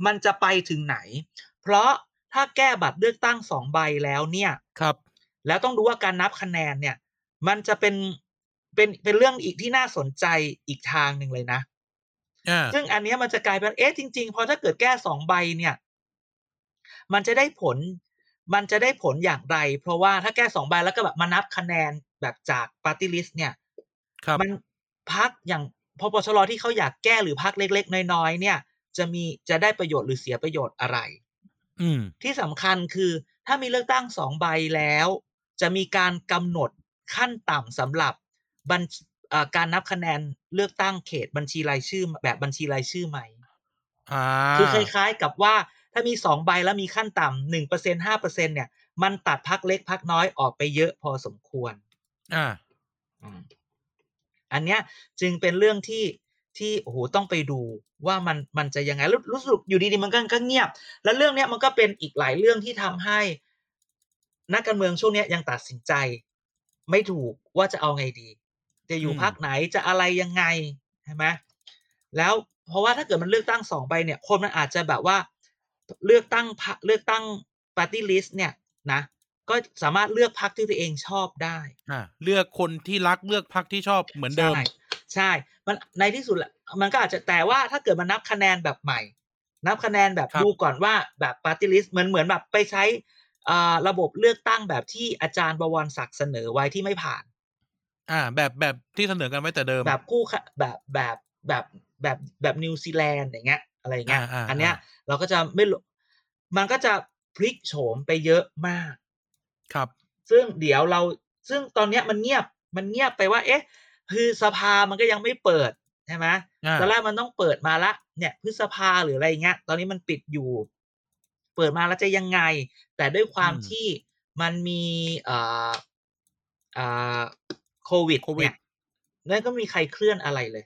Speaker 2: มันจะไปถึงไหน เพราะถ้าแก้บัตรเลือกตั้งสองใบแล้วเนี่ย
Speaker 3: ครับ
Speaker 2: แล้วต้องดูว่าการนับคะแนนเนี่ย มันจะเป็นเป็นเป็นเรื่องอีกที่น่าสนใจอีกทางหนึ่งเลยนะ
Speaker 3: อ่า
Speaker 2: ซึ่งอันเนี้ยมันจะกลายเป็นเอ๊ะจริงๆ พอถ้าเกิดแก้สองใบเนี่ย มันจะได้ผล มันจะได้ผลอย่างไร เพราะว่าถ้าแก้สองใบแล้วก็แบบมานับคะแนนแบบจากปาร์ตี้ลิสต์เนี่ย
Speaker 3: ครับ
Speaker 2: มันพักอย่างพปชรที่เขาอยากแก้หรือพักเล็กๆ น้อยๆเนี่ย จะมีจะได้ประโยชน์หรือเสียประโยชน์อะไร
Speaker 3: อืม
Speaker 2: ที่สำคัญคือถ้ามีเลือกตั้งสองใบแล้ว จะมีการกำหนดขั้นต่ำสำหรับบัญชีเอ่อการนับคะแนนเลือกตั้งเขตบัญชีรายชื่อ แบบบัญชีรายชื่อใหม่
Speaker 3: อ่า
Speaker 2: คือคล้ายๆกับว่าถ้ามีสองใบแล้วมีขั้นต่ำหนึ่งเปอร์เซ็นห้าเปอร์เซ็นเนี่ย มันตัดพักเล็กพักน้อยออกไปเยอะพอสมควร
Speaker 3: อ่า
Speaker 2: อันเนี้ยจึงเป็นเรื่องที่ ที่โอ้โหต้องไปดูว่ามันมันจะยังไงแล้วรู้สึกอยู่ดีๆมันก็ก็เงียบ แล้วเรื่องเนี้ยมันก็เป็นอีกหลายเรื่องที่ทำให้ นักการเมืองช่วงเนี้ยยังตัดสินใจ ไม่ถูกว่าจะเอาไงดี จะอยู่
Speaker 1: อืม
Speaker 2: พักไหนจะอะไรยังไงใช่ไหมแล้วเพราะว่าถ้าเกิดมันเลือกตั้งสองไปเนี่ย คนมันอาจจะแบบว่า เลือกตั้งพรรคเลือกตั้งปาร์ตี้ลิสต์เนี่ยนะ ก็สามารถเลือกพรรคที่ตัวเองชอบได้
Speaker 3: อ่ะเลือกคนที่รักเลือกพักที่ชอบเหมือนเดิม
Speaker 2: ใช่ใช่ มันในที่สุดแหละมันก็อาจจะแต่ว่าถ้าเกิดมันนับคะแนนแบบใหม่ นับคะแนนแบบ
Speaker 3: ครับ
Speaker 2: ดูก่อนว่าแบบปาร์ตี้ลิสต์เหมือนเหมือนแบบไปใช้อ่าระบบเลือกตั้งแบบที่อาจารย์บวรศักดิ์เสนอไว้ที่ไม่ผ่าน
Speaker 3: อ่า แบบแบบที่เสนอกันไว้แต่เดิม
Speaker 2: แบบคู่ค่ะแบบแบบแบบแบบแบบนิวซีแลนด์อย่างเงี้ย อะไรอย่างเงี้ย
Speaker 3: อ่าอ่า
Speaker 2: อันเนี้ย
Speaker 3: อ่
Speaker 2: เราก็จะไม่รู้มันก็จะพลิกโฉมไปเยอะมาก
Speaker 3: ครับ
Speaker 2: ซึ่งเดี๋ยวเราซึ่งตอนเนี้ยมันเงียบมันเงียบไปว่า เอ๊ะ คือสภามันก็ยังไม่เปิดใช่ไหม
Speaker 3: อ่า
Speaker 2: ตอนแรกมันต้องเปิดมาละเนี่ยพฤษภาหรืออะไรเงี้ย ตอนนี้มันปิดอยู่ เปิดมาแล้วจะยังไง แต่ด้วยความที่มันมีเอ่อเอ่อโควิดเนี่ยนั่นก็มีใครเคลื่อนอะไรเลย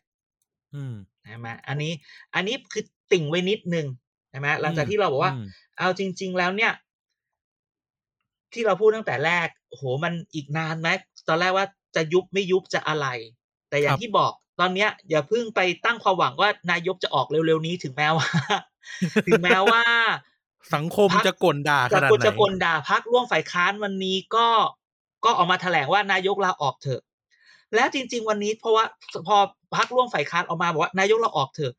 Speaker 3: อืม
Speaker 2: ใช่ไหมอันนี้ อันนี้คือติ่งไว้นิดนึงใช่ไหมหลังจากที่เราบอกว่า
Speaker 3: อืม
Speaker 2: เอาจริง ๆ แล้วเนี่ย ที่เราพูดตั้งแต่แรกโอ้โหมันอีกนานไหมตอนแรกว่าจะยุบไม่ยุบจะอะไร แต่อย่างที่บอก ตอนเนี้ย อย่าเพิ่งไปตั้งความหวังว่านายกจะออกเร็วๆนี้ถึงแม้ว่า ถึงแม้ว่า
Speaker 3: สังคม
Speaker 2: พรรค
Speaker 3: จะกลด่าข
Speaker 2: จะ
Speaker 3: นาด
Speaker 2: ก
Speaker 3: ไหน
Speaker 2: จะกลด่าพักร่วมฝ่ายค้านวันนี้ก็ก็ออกมาแถลงว่านายกลาออกเถอะ และจริง ๆ วันนี้เพราะว่าพอพักร่วมฝ่ายค้านออกมาบอกว่านายกลาออกเถอะ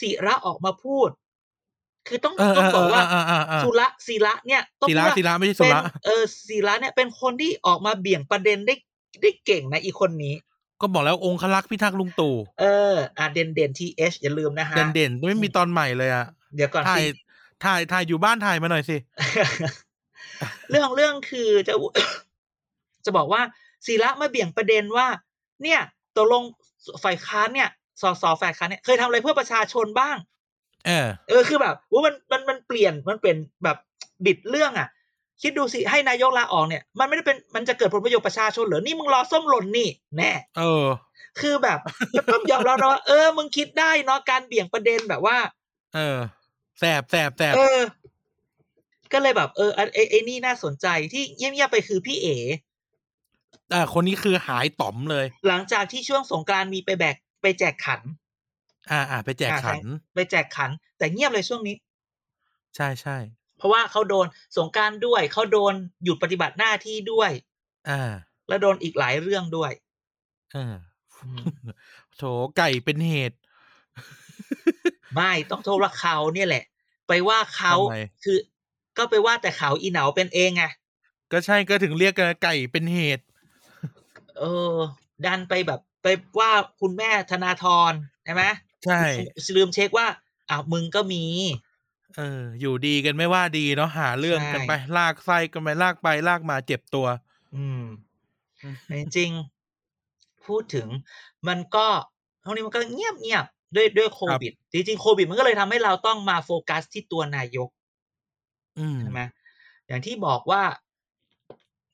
Speaker 2: ศิระออกมาพูด คือต้อง
Speaker 3: เออ
Speaker 2: ต้
Speaker 3: เออเอ
Speaker 2: องบอก
Speaker 3: อ
Speaker 2: ว่า
Speaker 3: เออเออเออ
Speaker 2: สุระศิระเนี่ยต้อง
Speaker 3: ศิ
Speaker 2: พูด
Speaker 3: ระ
Speaker 2: ว่า
Speaker 3: ศิระไม่ใช่สุ
Speaker 2: เป็น
Speaker 3: ระ
Speaker 2: เออศิระเนี่ยเป็นคนที่ออกมาเบี่ยงประเด็นได้ได้เก่งนะอีกคนนี้
Speaker 3: ก็บอกแล้วองคลักษ์พิทักษ์ลุงตู่
Speaker 2: เอออ่ะเด่นเด่นทีเอชอย่าลืมนะฮะ
Speaker 3: เด่นเด่นๆไม่มีตอนใหม่เลยอ่ะ
Speaker 2: เดี๋ยวก่อน
Speaker 3: ถ่าย
Speaker 2: สิ
Speaker 3: ถ่ายถ่ายอยู่บ้านถ่ายมาหน่อยสิ
Speaker 2: เรื่องของเรื่องคือจะ จะบอกว่าศิระมาเบี่ยงประเด็นว่า เนี่ยตกลงฝ่ายค้านเนี่ยสสฝ่ายค้านเนี่ยเคยทำอะไรเพื่อประชาชนบ้าง
Speaker 3: เออ
Speaker 2: เออคือแบบว่ามันมันมันเปลี่ยนมันเป็นแบบบิดเรื่องอ่ะ คิดดูสิให้นายกลาออกเนี่ย มันไม่ได้เป็นมันจะเกิดผลประโยชน์ประชาชนเหรอนี่มึงรอส้มหล่นนี่แน่
Speaker 3: เออ
Speaker 2: คือแบบ ก็ต้องยอมรับนะว่าเออมึงคิดได้เนาะการเบี่ยงประเด็นแบบว่า
Speaker 3: เออแสบแสบแสบ
Speaker 2: เออ ก็เลยแบบเออไอ้ไอ้ไอ้นี่น่าสนใจที่เงียบๆไปคือพี่เอ๋
Speaker 3: อ่าคนนี้คือหายต่อมเลย
Speaker 2: หลังจากที่ช่วงสงกรานต์มีไปแบกไปแจกขัน
Speaker 3: อ่าอ่าไปแจก
Speaker 2: อ่า
Speaker 3: ขัน
Speaker 2: ไปแจกขัน แต่เงียบเลยช่วงนี้
Speaker 3: ใช่ใช่
Speaker 2: เพราะว่าเขาโดนสงกรารด้วยเขาโดนหยุดปฏิบัติหน้าที่ด้วย
Speaker 3: อ่า
Speaker 2: และโดนอีกหลายเรื่องด้วย
Speaker 3: เออโถไก่เป็นเหตุ
Speaker 2: ไม่ต้องโทษว่าเขาเนี่ยแหละ ไปว่าเขา
Speaker 3: ทำไม
Speaker 2: คือ ก็ไปว่าแต่เขาอีเหนาเป็นเองไง
Speaker 3: ก็ใช่ก็ถึงเรียกกันไก่เป็นเหตุ
Speaker 2: เออ ดันไปแบบไปว่าคุณแม่ธนาธรใช่ไหม
Speaker 3: ใช่
Speaker 2: ลืมเช็คว่าอ้าวมึงก็มี
Speaker 3: เออ อยู่ดีกันไม่ว่าดีเนาะหาเรื่องกันไป ลากไส้กันไปลากไปลากมาเจ็บตัว
Speaker 2: อืม
Speaker 3: อืม
Speaker 2: แต่จริงๆพูดถึง มันก็ช่วงนี้มันก็เงียบเงียบๆด้วยด้วยโควิด จริงๆโควิดมันก็เลยทำให้เราต้องมาโฟกัสที่ตัวนายก
Speaker 3: อืม
Speaker 2: ใช่ไหมอย่างที่บอกว่า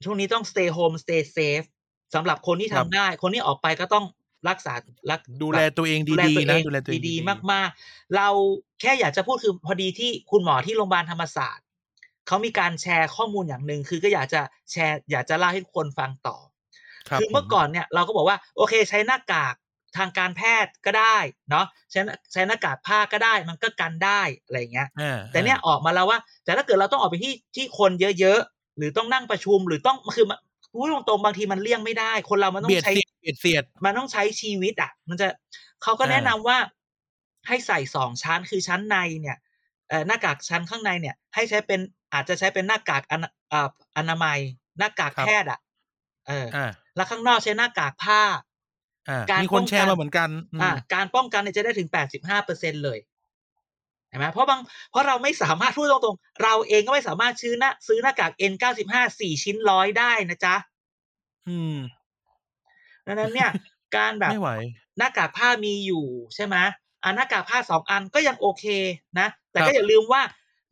Speaker 2: ช่วงนี้ต้อง stay home stay safe สำหรับคนที่ทำได้ คนที่ออกไปก็ต้องรักษารัก
Speaker 3: ดูแลตัวเอง
Speaker 2: ดูแล
Speaker 3: ดี
Speaker 2: ตัว
Speaker 3: ๆ
Speaker 2: เอ
Speaker 3: นะ
Speaker 2: ง
Speaker 3: ดูแลตัวเอง
Speaker 2: ดีๆมาก ๆ เราแค่อยากจะพูดคือพอดีที่คุณหมอที่โรงพยาบาลธรรมศาสตร์เขามีการแชร์ข้อมูลอย่างหนึ่งคือก็อยากจะแชร์ อยากจะเล่าให้ทุกคนฟังต่อ
Speaker 3: ครับ
Speaker 2: คือเมื่อก่อนเนี่ยเราก็บอกว่าโอเคใช้หน้ากากทางการแพทย์ก็ได้เนาะใช้หน้าใช้หน้ากากผ้าก็ได้ มันก็กันได้อะไรอย่างเงี้ย
Speaker 3: อ่า
Speaker 2: แต่เนี่ยออกมาแล้วว่า แต่ถ้าเกิดเราต้องออกไปที่ที่คนเยอะๆ หรือต้องนั่งประชุมหรือต้องคือมันพูดตรงๆบางทีมันเลี่ยงไม่ได้ คนเรามันต้อ
Speaker 3: เบีย
Speaker 2: ง
Speaker 3: ด
Speaker 2: ใช้
Speaker 3: เสียดเบียดเสียด
Speaker 2: มันต้องใช้ชีวิตอ่ะ มันจะเขาก็
Speaker 3: อ่า
Speaker 2: แนะนำว่า ให้ใส่สองชั้นคือชั้นในเนี่ยเอ่อหน้ากากชั้นข้างในเนี่ย ให้ใช้เป็นอาจจะใช้เป็นหน้ากากอนาอ่าอนามัย หน้ากากแพทย์อ่ะเออ
Speaker 3: อ่า
Speaker 2: แล้วข้างนอกใช้หน้ากากผ้า
Speaker 3: อ่า
Speaker 2: การ
Speaker 3: มีคนแชร์
Speaker 2: ป้องกัน
Speaker 3: มาเหมือนกันม
Speaker 2: อ่าการป้องกันเนี่ยจะได้ถึง 85%เลยเห็นไหมเพราะบาง เพราะเราไม่สามารถพูดตรงๆ เราเองก็ไม่สามารถซื้อหน้าซื้อหน้ากาก N95 สี่ชิ้นร้อยได้นะจ๊ะ
Speaker 3: อืม
Speaker 2: ดังนั้น เนี่ย การแบบ
Speaker 3: ไม่ไหว
Speaker 2: หน้ากากผ้ามีอยู่ใช่ไหมอ่าหน้ากากผ้าสองอันก็ยังโอเคนะ แต่
Speaker 3: ครั
Speaker 2: ก็
Speaker 3: บ
Speaker 2: อย่าลืมว่า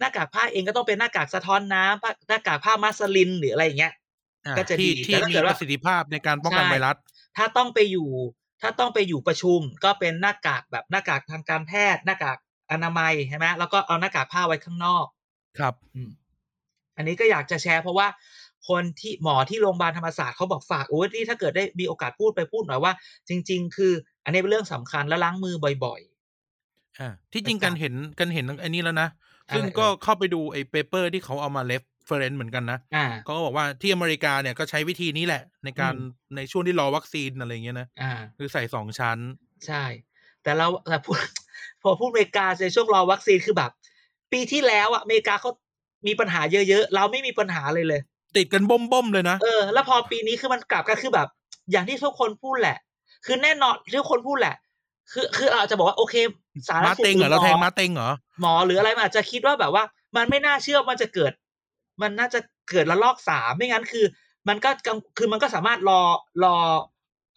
Speaker 2: หน้ากากผ้าเองก็ต้องเป็นหน้ากากสะท้อนน้ำผ้าหน้ากากผ้ามาสลินหรืออะไรอย่างเงี้ย
Speaker 3: อ่า
Speaker 2: ก็จะ
Speaker 3: ที่
Speaker 2: ดี
Speaker 3: ที่
Speaker 2: แต่ถ้า
Speaker 3: มี
Speaker 2: เกิ
Speaker 3: ป
Speaker 2: ดว่า
Speaker 3: ระสิทธิภาพในการป้องกัน
Speaker 2: ใช่
Speaker 3: ไวรัส
Speaker 2: ถ้าต้องไปอยู่ ถ้าต้องไปอยู่ประชุมก็เป็นหน้ากากแบบหน้ากากทางการแพทย์ หน้ากากอนามัยใช่ไหมแล้วก็เอาหน้ากากผ้าไว้ข้างนอก
Speaker 1: ครับ
Speaker 2: อืมอันนี้ก็อยากจะแชร์เพราะว่าคนที่หมอที่โรงพยาบาลธรรมศาสตร์เขาบอกฝากโอ้ยนี่ถ้าเกิดได้มีโอกาสพูดไปพูดหน่อยว่า จริง ๆ คือ อันนี้เป็นเรื่องสำคัญและล้างมือบ่อย
Speaker 1: อ่าที่จริง
Speaker 2: ไปตาม
Speaker 1: กันเห็นกันเห็นอันนี้แล้วนะ
Speaker 2: อะไร
Speaker 1: ซึ่งก็
Speaker 2: เอ่ย
Speaker 1: เข้าไปดูไอ้เปเปอร์ที่เขาเอามาเลฟเฟรนเหมือนกันนะ
Speaker 2: ๆ อ่า
Speaker 1: เขาก็บอกว่าที่อเมริกาเนี่ยก็ใช้วิธีนี้แหละ ในการ
Speaker 2: อืม
Speaker 1: ในช่วงที่รอวัคซีนอะไรอย่างเงี้ยนะ
Speaker 2: อ่า
Speaker 1: คือใส่สองชั้น
Speaker 2: ใช่ แต่เราแต่พูด พอพูดอเมริกาในช่วงรอวัคซีนคือแบบ ปีที่แล้วอะอเมริกาเขามีปัญหาเยอะๆ เราไม่มีปัญหาเลยเลย
Speaker 1: ติดกันบ่มบ่มๆเลยนะ
Speaker 2: เออ แล้วพอปีนี้คือมันกลับก็คือแบบ อย่างที่ทุกคนพูดแหละ คือแน่นอนที่ทุกคนพูดแหละ คือคือเราอาจจะบอกว่าโอเค สาร
Speaker 1: มา
Speaker 2: สุข
Speaker 1: เต็งเหรอ
Speaker 2: ห
Speaker 1: เรา
Speaker 2: อ
Speaker 1: แทงมาเต็งเหรอ
Speaker 2: หมอหรืออะไรมันอาจจะคิดว่าแบบว่า มันไม่น่าเชื่อมันจะเกิด มันน่าจะเกิดระลอกสามไม่งั้นคือ มันก็กังคือมันก็สามารถรอรอ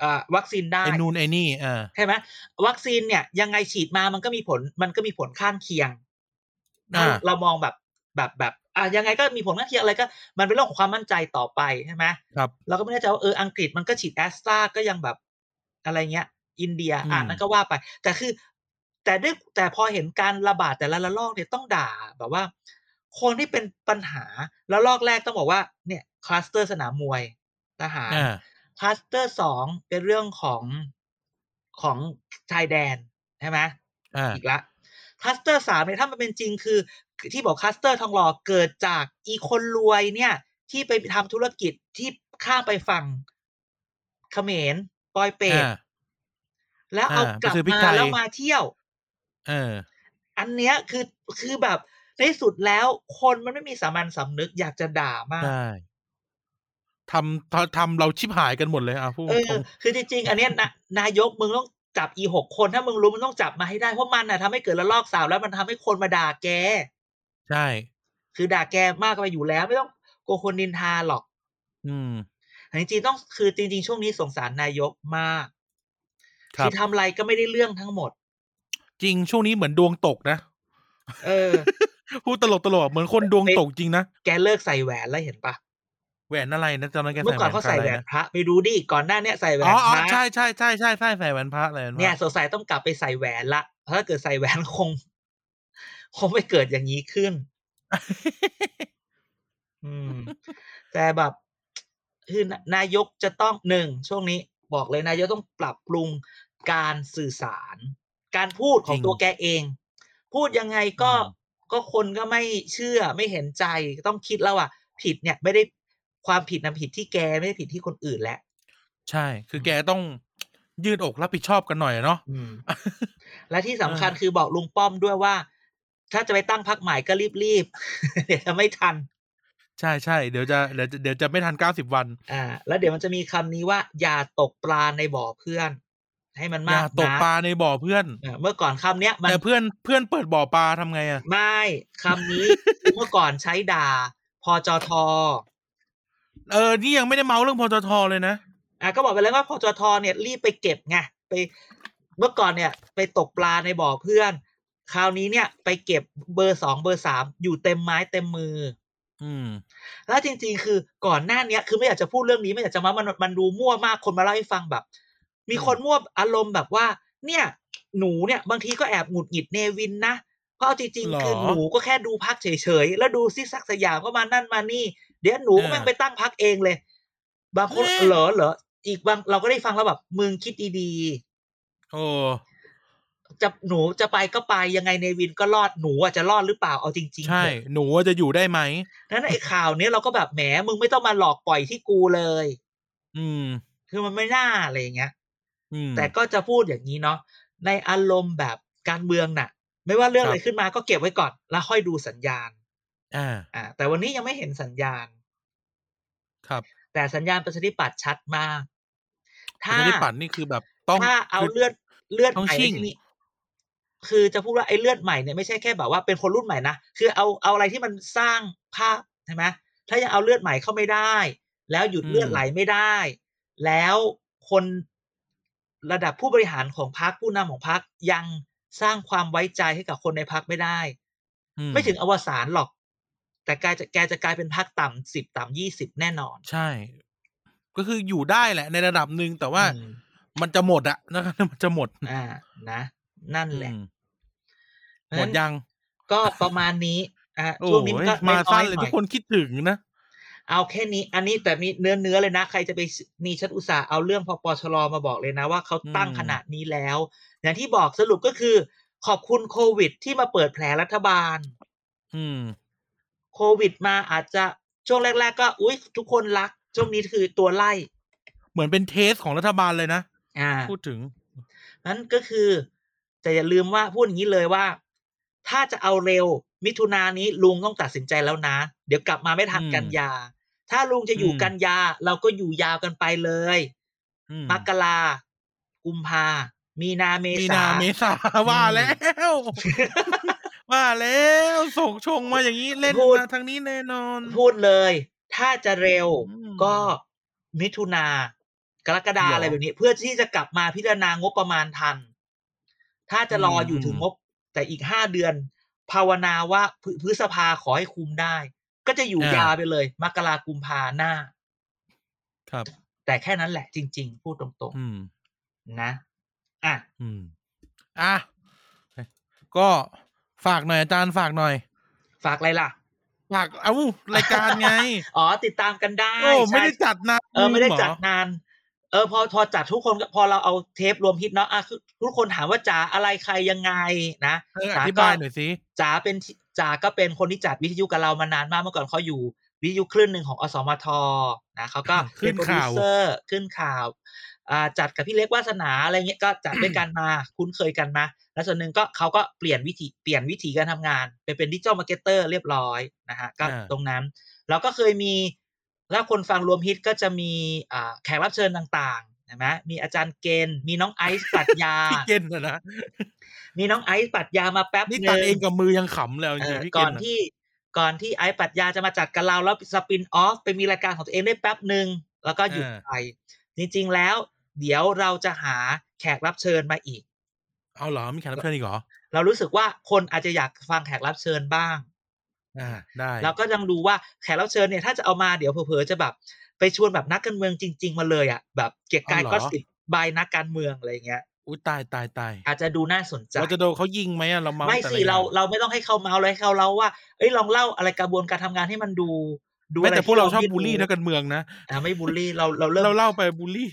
Speaker 2: อ่าวัคซีนได้
Speaker 1: ไอ้นูนไอ้นี่อ่า
Speaker 2: ใช่ไหมวัคซีนเนี่ยยังไงฉีดมามันก็มีผลมันก็มีผลข้างเคียง
Speaker 1: อ่า
Speaker 2: ถ้าเรามองแบบแบบแบบอ่ะยังไงก็มีผลข้างเคียงอะไรก็ มันเป็นเรื่องของความมั่นใจต่อไปใช่ไหม
Speaker 1: ครับ
Speaker 2: เราก็ไม่แน่ใจว่าเอออังกฤษมันก็ฉีดแอสตราก็ยังแบบอะไรเงี้ย อินเดีย
Speaker 1: อืม
Speaker 2: อ่ะนั่นก็ว่าไป แต่คือ แต่ด้วยแต่พอเห็นการระบาดแต่ละระลอกเนี่ยต้องด่าแบบว่า คนที่เป็นปัญหาแล้วลอกแรกต้องบอกว่าเนี่ยคลัสเตอร์สนามมวยทหาร
Speaker 1: อ่า
Speaker 2: คลัสเตอร์สองเป็นเรื่องของของชายแดนใช่ไหม
Speaker 1: อ่า
Speaker 2: อีกละคลัสเตอร์สามเนี่ยถ้ามันเป็นจริงคือที่บอกคลัสเตอร์ทองหล่อเกิดจากอีคนรวยเนี่ย ที่ไปทำธุรกิจที่ข้ามไปฝั่งเขมรปอยเปต
Speaker 1: อ่า
Speaker 2: แล้วเอา
Speaker 1: อ่าก
Speaker 2: ลับ
Speaker 1: ไปซื้อพริก
Speaker 2: มา
Speaker 1: ไทย
Speaker 2: แล้วมาเที่ยว
Speaker 1: เออ
Speaker 2: อันเนี้ยคือคือแบบในที่สุดแล้วคนมันไม่มีสามัญสำนึกอยากจะด่ามาก
Speaker 1: ได้ทำทำทำเราชิบหายกันหมดเลยอ่ะพูด
Speaker 2: เอ
Speaker 1: ตร
Speaker 2: อ
Speaker 1: ง
Speaker 2: คือจริงๆ อันเนี้ยนะนายกมึงต้องจับอีหกคน ถ้ามึงรู้มึงต้องจับมาให้ได้ เพราะมันน่ะทำให้เกิดระลอกสาวแล้วมันทำให้คนมาด่าแก
Speaker 1: ใช่
Speaker 2: คือด่าแกมากไปอยู่แล้ว ไม่ต้องกลัวคนนินทาหรอก
Speaker 1: อืม
Speaker 2: แต่จริงๆต้องคือจริง ๆ ช่วงนี้สงสารนายกมาก
Speaker 1: ครับ
Speaker 2: อทำอะไรก็ไม่ได้เรื่องทั้งหมด
Speaker 1: จริงช่วงนี้เหมือนดวงตกนะ
Speaker 2: เอ อ
Speaker 1: พูดตลกตลกๆเหมือนคนดวงตกจริงนะ
Speaker 2: แกเลิกใส่แหวนแล้วเห็นปะ
Speaker 1: แหวนอะไรนะตอนนั้นแก
Speaker 2: เมื่อ
Speaker 1: ใส่
Speaker 2: ก่อนเขาใส่
Speaker 1: ะ
Speaker 2: แห
Speaker 1: ไร
Speaker 2: วน
Speaker 1: นะ
Speaker 2: พระไปดูดิก่อนหน้าเนี้ยใส่แหว
Speaker 1: อ๋
Speaker 2: น
Speaker 1: อ
Speaker 2: พ
Speaker 1: อ๋อ
Speaker 2: ระ
Speaker 1: ใช่ใช่ใช่ใช่ใช่ใส่แหวนพระแหวนพระ
Speaker 2: เนี่ยสงสัยต้องกลับไปใส่แหวนละเพราะถ้าเกิดใส่แหวนคง คงไม่เกิดอย่างนี้ขึ้น อืม แต่แบบคือนานายกจะต้องหนึ่งช่วงนี้ บอกเลยนายกต้องปรับปรุงการสื่อสาร การพูดของตัวแกเอง พูดยังไงก็ก็คนก็ไม่เชื่อไม่เห็นใจต้องคิดแล้วอ่ะ ผิดเนี่ยไม่ได้ความผิดนำผิดที่แกไม่ได้ผิดที่คนอื่นแล้ว
Speaker 1: ใช่ คือแกต้องยืดอกรับผิดชอบกันหน่อยอะเนาะ
Speaker 2: อืม และที่สำคัญคือบอกลุงป้อมด้วยว่า ถ้าจะไปตั้งพักใหม่ก็รีบๆ เดี๋ยวจะไม่ทัน
Speaker 1: ใช่ใช่เดี๋ยวจะเดี๋ยวจะเดี๋ยวจะไม่ทันเก้าสิบวัน
Speaker 2: อ่า แล้วเดี๋ยวมันจะมีคำนี้ว่า อย่าตกปลาในบ่อเพื่อน ให้มัน
Speaker 1: อ
Speaker 2: มาก
Speaker 1: ย่าตก
Speaker 2: นะ
Speaker 1: ปลาในบ่อเพื่อน
Speaker 2: เออเมื่อก่อนคำเนี้ยมัน
Speaker 1: แต่เพื่อนเพื่อนเปิดบ่อปลาทำไงอ่ะ
Speaker 2: ไม่คำนี้ เมื่อก่อนใช้ด่า พอจอทอ
Speaker 1: เออ นี่ยังไม่ได้เมาเรื่องพจทเลยนะ
Speaker 2: อ่ะก็บอกไปแล้วว่าพอจอทอเนี่ยรีบไปเก็บไงไป เมื่อก่อนเนี่ย ไปตกปลาในบ่อเพื่อน คราวนี้เนี่ย ไปเก็บเบอร์สองเบอร์สามอยู่เต็มไม้เต็มมือ
Speaker 1: อืม
Speaker 2: แล้วจริง ๆ คือก่อนหน้าเนี้ยคือไม่อยากจะพูดเรื่องนี้ไม่อยากจะมามันมันดูมั่วมากคนมาเล่าให้ฟังแบบ มีคนมั่วอารมณ์แบบว่า เนี่ย หนูเนี่ย บางทีก็แอบหงุดหงิดเนวินนะเพราะเอาจริง
Speaker 1: หรอ
Speaker 2: ๆคือหนูก็แค่ดูพักเฉยๆแล้วดูซิกซักสยามก็มานั่นมานี่ เดี๋ยวหนูก็
Speaker 1: อ่า
Speaker 2: แม่งไปตั้งพักเองเลย บางคน
Speaker 1: แม่
Speaker 2: เหรอเหรออีกบางเราก็ได้ฟังแล้วแบบมึงคิดดี
Speaker 1: โอ้
Speaker 2: ๆจะหนูจะไปก็ไปยังไงเนวินก็รอดหนูอะจะรอดหรือเปล่าเอาจริงๆ
Speaker 1: ใช่
Speaker 2: เถอะ
Speaker 1: หนูว่าจะอยู่ได้ไหม
Speaker 2: นั้นไอ้ข่าวเนี้ยเราก็แบบแหมมึงไม่ต้องมาหลอกปล่อยที่กูเลย
Speaker 1: อืม
Speaker 2: คือมันไม่น่าอะไรอย่างเงี้ย
Speaker 1: อืม
Speaker 2: แต่ก็จะพูดอย่างนี้เนาะ ในอารมณ์แบบการเมืองน่ะ ไม่ว่าเรื่อง
Speaker 1: ครับ
Speaker 2: อะไรขึ้นมาก็เก็บไว้ก่อน แล้วค่อยดูสัญญาณ
Speaker 1: อ่า
Speaker 2: อ่า แต่วันนี้ยังไม่เห็นสัญญาณ
Speaker 1: ครับ
Speaker 2: แต่สัญญาณประชาธิปัตย์ชัดมาก
Speaker 1: ประชาธิปัตย์นี่คือแบบต้อง
Speaker 2: ถ้าเอา
Speaker 1: คื
Speaker 2: เลือดเลือด
Speaker 1: ต้อง
Speaker 2: ใหม่
Speaker 1: ชิ่
Speaker 2: ใน
Speaker 1: ง
Speaker 2: ที่นี้คือจะพูดว่าไอ้เลือดใหม่เนี่ยไม่ใช่แค่แบบว่าเป็นคนรุ่นใหม่นะคือเอาเอาอะไรที่มันสร้างภาพใช่ไหมถ้ายังเอาเลือดใหม่เข้าไม่ได้ แล้วหยุดเลือดไหลไม่ได้ แล้วคนระดับผู้บริหารของพรรคผู้นำของพรรคยังสร้างความไว้ใจให้กับคนในพรรคไม่ได้
Speaker 1: อื
Speaker 2: ไม่ถึงอวสานหรอก แต่แกจะแกจะกลายเป็นพรรคต่ำสิบต่ำยี่สิบแน่นอน
Speaker 1: ใช่ ก็คืออยู่ได้แหละในระดับหนึ่งแต่ว่า
Speaker 2: อืม
Speaker 1: มันจะหมดอะนะครับ มันจะหมด
Speaker 2: อ่านะ นั่นแหละ
Speaker 1: อืม
Speaker 2: เพราะ
Speaker 1: หมด
Speaker 2: ฉะนั้น
Speaker 1: ยัง
Speaker 2: ก็ประมาณนี้อ่ะ
Speaker 1: โอ้
Speaker 2: ช่วงนี้
Speaker 1: ย
Speaker 2: ก็
Speaker 1: มาสั้น
Speaker 2: อยๆ
Speaker 1: เลย
Speaker 2: ห
Speaker 1: ทุ
Speaker 2: อก
Speaker 1: คนคิดถึงนะ
Speaker 2: เอาแค่นี้ อันนี้แต่มีเนื้อเนื้อๆเลยนะ ใครจะไปนี่ฉันอุตส่าห์เอาเรื่องพปชรมาบอกเลยนะ ว่าเขาตั้ง
Speaker 1: อืม
Speaker 2: ขนาดนี้แล้ว อย่างที่บอกสรุปก็คือ ขอบคุณโควิด ที่มาเปิดแผลรัฐบาล
Speaker 1: อืม
Speaker 2: โควิดมาอาจจะช่วงแรก ๆ ก็อุ้ยทุกคนรัก ช่วงนี้คือตัวไล่
Speaker 1: เหมือนเป็นเทสของรัฐบาลเลยนะ
Speaker 2: อ่า
Speaker 1: พูดถึง
Speaker 2: นั้นก็คือแต่อย่าลืมว่าพูดอย่างนี้เลยว่า ถ้าจะเอาเร็ว มิถุนายนนี้ลุงต้องตัดสินใจแล้วนะ เดี๋ยวกลับมาไม่ทัน
Speaker 1: อืม
Speaker 2: กันยา ถ้าลุงจะอยู่
Speaker 1: อืม
Speaker 2: กันยา เราก็อยู่ยาวกันไปเลย
Speaker 1: อืม
Speaker 2: มกรากุมภามีนาเม
Speaker 1: มี
Speaker 2: ษา
Speaker 1: นาเมษาว่าแล้ว ว่าแล้วส่งชงมาอย่างนี้เล่น
Speaker 2: พูด
Speaker 1: มาทางนี้แน่นอน
Speaker 2: พูดเลย ถ้าจะเร็ว
Speaker 1: อืม
Speaker 2: ก็มิถุนากรกฎา
Speaker 1: หรออ
Speaker 2: อะไรแบบนี้ เพื่อที่จะกลับมาพิจารณางบประมาณทัน ถ้าจะรออ
Speaker 1: ม
Speaker 2: อยู่ถึงงบ แต่อีกห้าเดือน ภาวนาว่าพฤพฤษภาขอให้คุมได้ ก็จะอยู่ยาวไปเลย มกรากุมภาหน้า
Speaker 1: ครับ
Speaker 2: แต่แค่นั้นแหละจริง ๆ พูดตรง
Speaker 1: อืม
Speaker 2: ๆ นะอ่ะ
Speaker 1: อืมอ่ะก็ฝากหน่อยอาจารย์ฝากหน่อย
Speaker 2: ฝากอะไรล่ะ
Speaker 1: ฝากเอ้ารายการ ไง
Speaker 2: อ๋อ ติดตามกันได้
Speaker 1: โอ้ไม่ได้
Speaker 2: ใช่
Speaker 1: จัดนาน
Speaker 2: เออไม่ได้
Speaker 1: หร
Speaker 2: จัดนาน เออพอพอจัดทุกคนก็พอเราเอาเทปรวมฮิตเนาะอ่ะคือทุกคนถามว่าจ๋าอะไรใครยังไงนะ
Speaker 1: เอออ
Speaker 2: จ๋ก็
Speaker 1: ธิบายหน่อยสิ
Speaker 2: จ๋าเป็นที่จ๋าก็เป็นคนที่จัดวิทยุกับเรามานานมากเมื่อก่อนเขาอยู่วิทยุคลื่นหนึ่งของอสมทนะเขา ก็เป็
Speaker 1: ขึ้น
Speaker 2: โปรดิ
Speaker 1: ข่าว
Speaker 2: เซอร์ขึ้นข่าวอ่าจัดกับพี่เล็กวาสนาอะไรเงี้ยก็จัดด้วยกันมาคุ้นเคยกันมา แล้วส่วนหนึ่งก็เขาก็เปลี่ยนวิธีเปลี่ยนวิธีการทำงาน ไปเป็นดิจิ t a ลมาร์เก็ตเตอร์เรียบร้อยนะฮะก็
Speaker 1: อ่า
Speaker 2: ตรงนั้น เราก็เคยมีแล้วคนฟังรวมฮิตก็จะมีอ่าแขกรับเชิญต่างๆใช่ไหมมีอาจารย์เกณฑ์มีน้องไอซ์ปรัตยา
Speaker 1: พี่เกณฑ์นะนะ
Speaker 2: มีน้องไอซ์ปรัตยามาแป๊บ
Speaker 1: นี่
Speaker 2: ห
Speaker 1: ตั
Speaker 2: นึ่
Speaker 1: ด
Speaker 2: ง
Speaker 1: เองกับมือยังขำแล้วจ
Speaker 2: เอ
Speaker 1: ริงๆ
Speaker 2: อ
Speaker 1: พี่เก
Speaker 2: ก่อ
Speaker 1: ณ
Speaker 2: น
Speaker 1: ฑ์น่ะ
Speaker 2: ที่ก่อนที่ไอซ์ปรัตยาจะมาจัดกับเราแล้วสปินออฟไปมีรายการของตัวเองได้แป๊บหนึ่งแล้วก็หยุดไป จริงๆแล้ว เดี๋ยวเราจะหาแขกรับเชิญมาอีก
Speaker 1: เอาเหรอมีแขกรับเชิญอีกเหรอ
Speaker 2: เรารู้สึกว่าคนอาจจะอยากฟังแขกรับเชิญบ้าง
Speaker 1: อ่าได้
Speaker 2: แล้วก็ยังดูว่าแขกรับเชิญเนี่ยถ้าจะเอามาเดี๋ยวเผลอๆจะแบบ ไปชวนแบบนักการเมืองจริง ๆ มาเลยอ่ะแบบเกียรติกายก็สิบบายนักการเมืองอะไรอย่างเงี้ย
Speaker 1: อุ้ยตายตายตาย
Speaker 2: อาจจะดูน่าสนใจ
Speaker 1: เราจะโดนเขายิงไหมอะเราเมา
Speaker 2: ไม่
Speaker 1: แต่ละอ
Speaker 2: สิ
Speaker 1: ย่ง
Speaker 2: เราเราไม่ต้องให้เขาเมาส์เลยให้เขาเล่าว่าเอ้ยลองเล่าอะไรกระบวนการทำงานให้มันดูดู
Speaker 1: ไม่แต่
Speaker 2: ะไ
Speaker 1: พวกเราชอบ
Speaker 2: ที่
Speaker 1: บูลลี่นักการเมืองนะ
Speaker 2: อ่ะไม่บูลลี่เราเราเริ่ม
Speaker 1: เราเล่าไปบูลลี่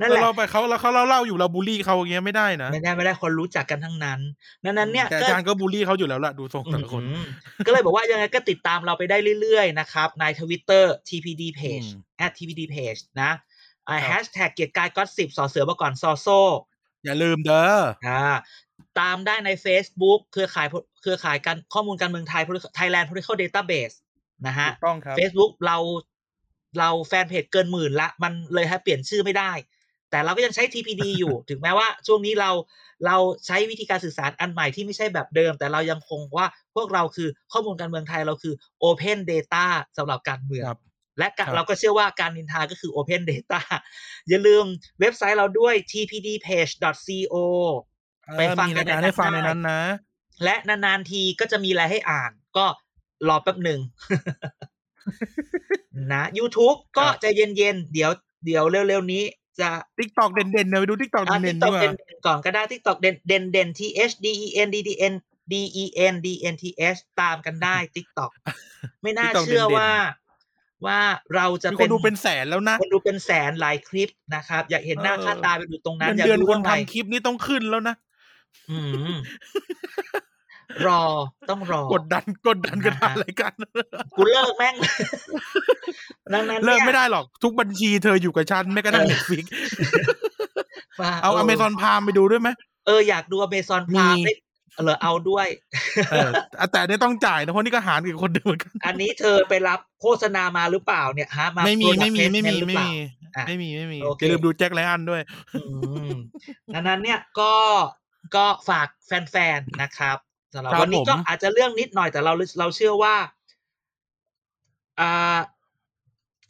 Speaker 2: นั่นแหละ
Speaker 1: เราเล่าไปเขาแล้วเขาเล่าเล่าอยู่เราบูลลี่เขาอย่างเงี้ยไม่ได้นะ
Speaker 2: ไม่ได้ไม่ได้คนรู้จักกันทั้งนั้นนั้นนั้นเนี่ย
Speaker 1: แต่อา
Speaker 2: ก็
Speaker 1: จารย์ก็บูลลี่เขาอยู่แล้วล่ะดูทรงแต่ละคน
Speaker 2: อืมก็เลยบอกว่ายังไงก็ติดตามเราไปได้เรื่อยๆนะครับ ในทวิตเตอร์ tpd page
Speaker 1: อืม
Speaker 2: at tpd page นะอ่า
Speaker 1: ครับ
Speaker 2: แฮชแท็กเกียรติกายก็สิบสอเสือมาก่อนซอโซ
Speaker 1: อย่าลืมเด้อ
Speaker 2: อ่าตามได้ใน Facebook เครือข่ายเครือข่ายการข้อมูลการเมืองไทย Thailand Political Database นะฮะ
Speaker 1: ถูกต้องครับ
Speaker 2: Facebook เราเราแฟนเพจเกินหมื่นละ มันเลยให้เปลี่ยนชื่อไม่ได้ แต่เราก็ยังใช้ TPD อยู่ ถึงแม้ว่าช่วงนี้เราเราใช้วิธีการสื่อสารอันใหม่ที่ไม่ใช่แบบเดิม แต่เรายังคงว่าพวกเราคือข้อมูลการเมืองไทยเราคือ Open Data สำหรับการเมือง
Speaker 1: ครับ
Speaker 2: และกะ
Speaker 1: ครับ
Speaker 2: เราก็เชื่อว่าการนินทาก็คือ Open Data อย่าลืมเว็บไซต์เราด้วย tpdpage.co
Speaker 1: เออ
Speaker 2: ไปฟัง
Speaker 1: มี
Speaker 2: กั
Speaker 1: ราน ย
Speaker 2: ใน
Speaker 1: การ
Speaker 2: นั้น
Speaker 1: ให้ฟัง
Speaker 2: ได้
Speaker 1: ในนั้นนะ
Speaker 2: และนานๆทีก็จะมีอะไรให้อ่าน ก็รอแป๊บหนึ่ง นะ YouTube ก็
Speaker 1: ครับ
Speaker 2: ใจะเย็นๆ เดี๋ยวเดี๋ยวเร็วๆ นี้จะ
Speaker 1: ทิกตอกเด่นๆเนี่ยไปดูทิกตอก
Speaker 2: อ่า
Speaker 1: เด่นๆ
Speaker 2: TikTok
Speaker 1: ด้วย
Speaker 2: เด่นๆก่อนก็ได้ TikTok เด่นเด่นเด่น T H D E N D D N D E N D N T H ตามกัน ได้ TikTok ไม่น่าเชื่อว่าว่าเราจะ
Speaker 1: มีค
Speaker 2: เป็น
Speaker 1: นดูเป็นแสนแล้วนะ
Speaker 2: คนดูเป็นแสนหลายคลิปนะครับ อยากเห็นหน้า
Speaker 1: เออ
Speaker 2: ค่าตาไปดูตรงนั้น
Speaker 1: เงิน
Speaker 2: อยาก
Speaker 1: เดือน
Speaker 2: รู้
Speaker 1: คน
Speaker 2: ว่าไง
Speaker 1: ทำคลิปนี่ต้องขึ้นแล้วนะ
Speaker 2: อืม รอต้องรอ
Speaker 1: กดดันกดดัน
Speaker 2: นะ
Speaker 1: ก
Speaker 2: ฮะ
Speaker 1: ระดานรายการ
Speaker 2: กูเลิกแม่ง ดังนั้นนี่
Speaker 1: เลิ
Speaker 2: ย
Speaker 1: กไม่ได้หรอก ทุกบัญชีเธออยู่กับฉันแม้กระทั่งเน็ตฟิก
Speaker 2: ว่
Speaker 1: เอาอเมซอนพามไปดูด้วยไหม
Speaker 2: เอออยากดูอเมซอนพาม
Speaker 1: มี
Speaker 2: ได้เหรอเอาด้วย
Speaker 1: เออแต่เนี่ยต้องจ่ายนะเพราะนี่ก็หารกับคนเดียวเหมือนกัน
Speaker 2: อันนี้เธอไปรับโฆษณามาหรือเปล่าเนี่ยฮะมา
Speaker 1: ไม่มี
Speaker 2: ตัวจาก
Speaker 1: ไม่มี
Speaker 2: Face
Speaker 1: ไม่มี
Speaker 2: Mail หรือ
Speaker 1: ไม่
Speaker 2: เปล่า
Speaker 1: มี
Speaker 2: อ่ะ
Speaker 1: ไม่มีไม่มี
Speaker 2: โอเค
Speaker 1: อย่าลืมดูแจ็คไลอันด้วย
Speaker 2: อืมดังนั้นเนี่ยก็ก็ฝากแฟนๆนะครับสำหรับ
Speaker 1: ครับ
Speaker 2: วันนี้ก็
Speaker 1: ผม
Speaker 2: อาจจะเรื่องนิดหน่อยแต่เราเราเชื่อว่าอ่า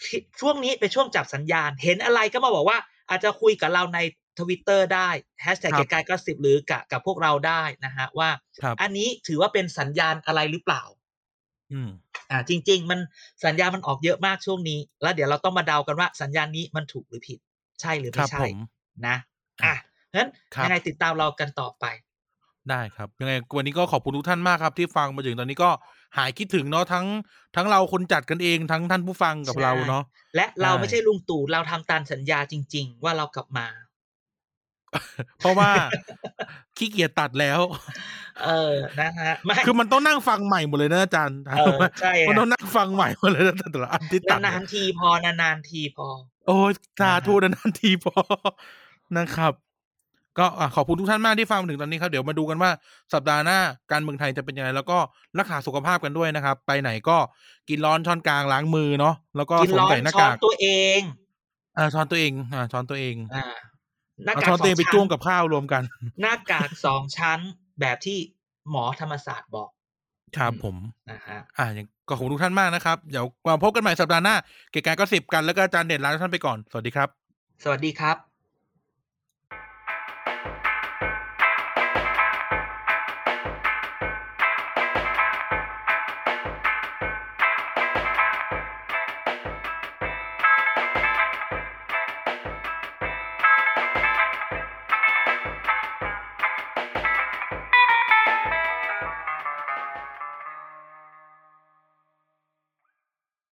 Speaker 2: ที่ช่วงนี้เป็นช่วงจับสัญญาณ เห็นอะไรก็มาบอกว่า อาจจะคุยกับเราในทวิตเตอร์ได้แฮชแท็กเกียรติกายก็สิบหรือกับกับพวกเราได้นะฮะว่า
Speaker 1: ครับ
Speaker 2: อันนี้ถือว่าเป็นสัญญาณอะไรหรือเปล่า
Speaker 1: อืม
Speaker 2: อ่า จริง ๆ มันสัญญาณมันออกเยอะมากช่วงนี้ แล้วเดี๋ยวเราต้องมาเดากันว่าสัญญาณนี้มันถูกหรือผิด ใช่หรื
Speaker 1: ค
Speaker 2: อไม่
Speaker 1: รับ
Speaker 2: ใช่
Speaker 1: ผม
Speaker 2: นะ อ่ะงั้น
Speaker 1: ครับ
Speaker 2: ยังไงติดตามเรากันต่อไป
Speaker 1: ได้ครับ ยังไงวันนี้ก็ขอบคุณทุกท่านมากครับ ที่ฟังมาถึงตอนนี้ก็หายคิดถึงเนาะทั้งทั้งเราคนจัดกันเองทั้งท่านผู้ฟังกับ
Speaker 2: ใช่
Speaker 1: เราเนาะ
Speaker 2: และเรา
Speaker 1: ได้
Speaker 2: ไม่ใช่ลุงตู่เราทำตามสัญญาจริง ๆ ว่าเรากลับมา
Speaker 1: เพราะว่า ขี้เกียจตัดแล้ว
Speaker 2: เออนะฮะไม่
Speaker 1: คือมันต้องนั่งฟังใหม่หมดเลยนะอาจารย์
Speaker 2: เออใช่
Speaker 1: มันต้อง
Speaker 2: ฮะ
Speaker 1: นั่งฟังใหม่หมดเลยนะแต่ละอันที่ตัด
Speaker 2: นานๆทีพอนานๆทีพอ
Speaker 1: โอ้ยสาธุนานๆทีพอ นะครับ ก็อ่ะขอบคุณทุกท่านมากที่ฟังมาถึงตอนนี้ครับ เดี๋ยวมาดูกันว่าสัปดาห์หน้าการเมืองไทยจะเป็นยังไง แล้วก็รักษาสุขภาพกันด้วยนะครับ ไปไหนก็กินร้อนช้อนกลางล้างมือเนาะแล้วก็
Speaker 2: กิน
Speaker 1: สวม
Speaker 2: ร้อน
Speaker 1: ใส่หน้า
Speaker 2: ช้อน
Speaker 1: กาก
Speaker 2: ตัวเอง
Speaker 1: อ่าช้อนตัวเองอ่าช้อนตัวเอง
Speaker 2: อ่าหน้า
Speaker 1: เอา
Speaker 2: กาก
Speaker 1: ช้อน
Speaker 2: ส
Speaker 1: ตัว
Speaker 2: อ
Speaker 1: เอง งไป
Speaker 2: ชั้
Speaker 1: จ้วง
Speaker 2: น
Speaker 1: กับข้าวรวมกัน
Speaker 2: หน้ากากสองชั้นแบบที่หมอธรรมศาสตร์บอก
Speaker 1: ครับผม
Speaker 2: นะฮะ
Speaker 1: อ่าอย่างก็ขอบคุณทุกท่านมากนะครับ เดี๋ยวมาพบกันใหม่สัปดาห์หน้า เกี่ยวกับการก็สิบกันแล้วก็อาจารย์เด่นลาทุกท่านไปก่อน สวัสดีครับ
Speaker 2: สวัสดีครับ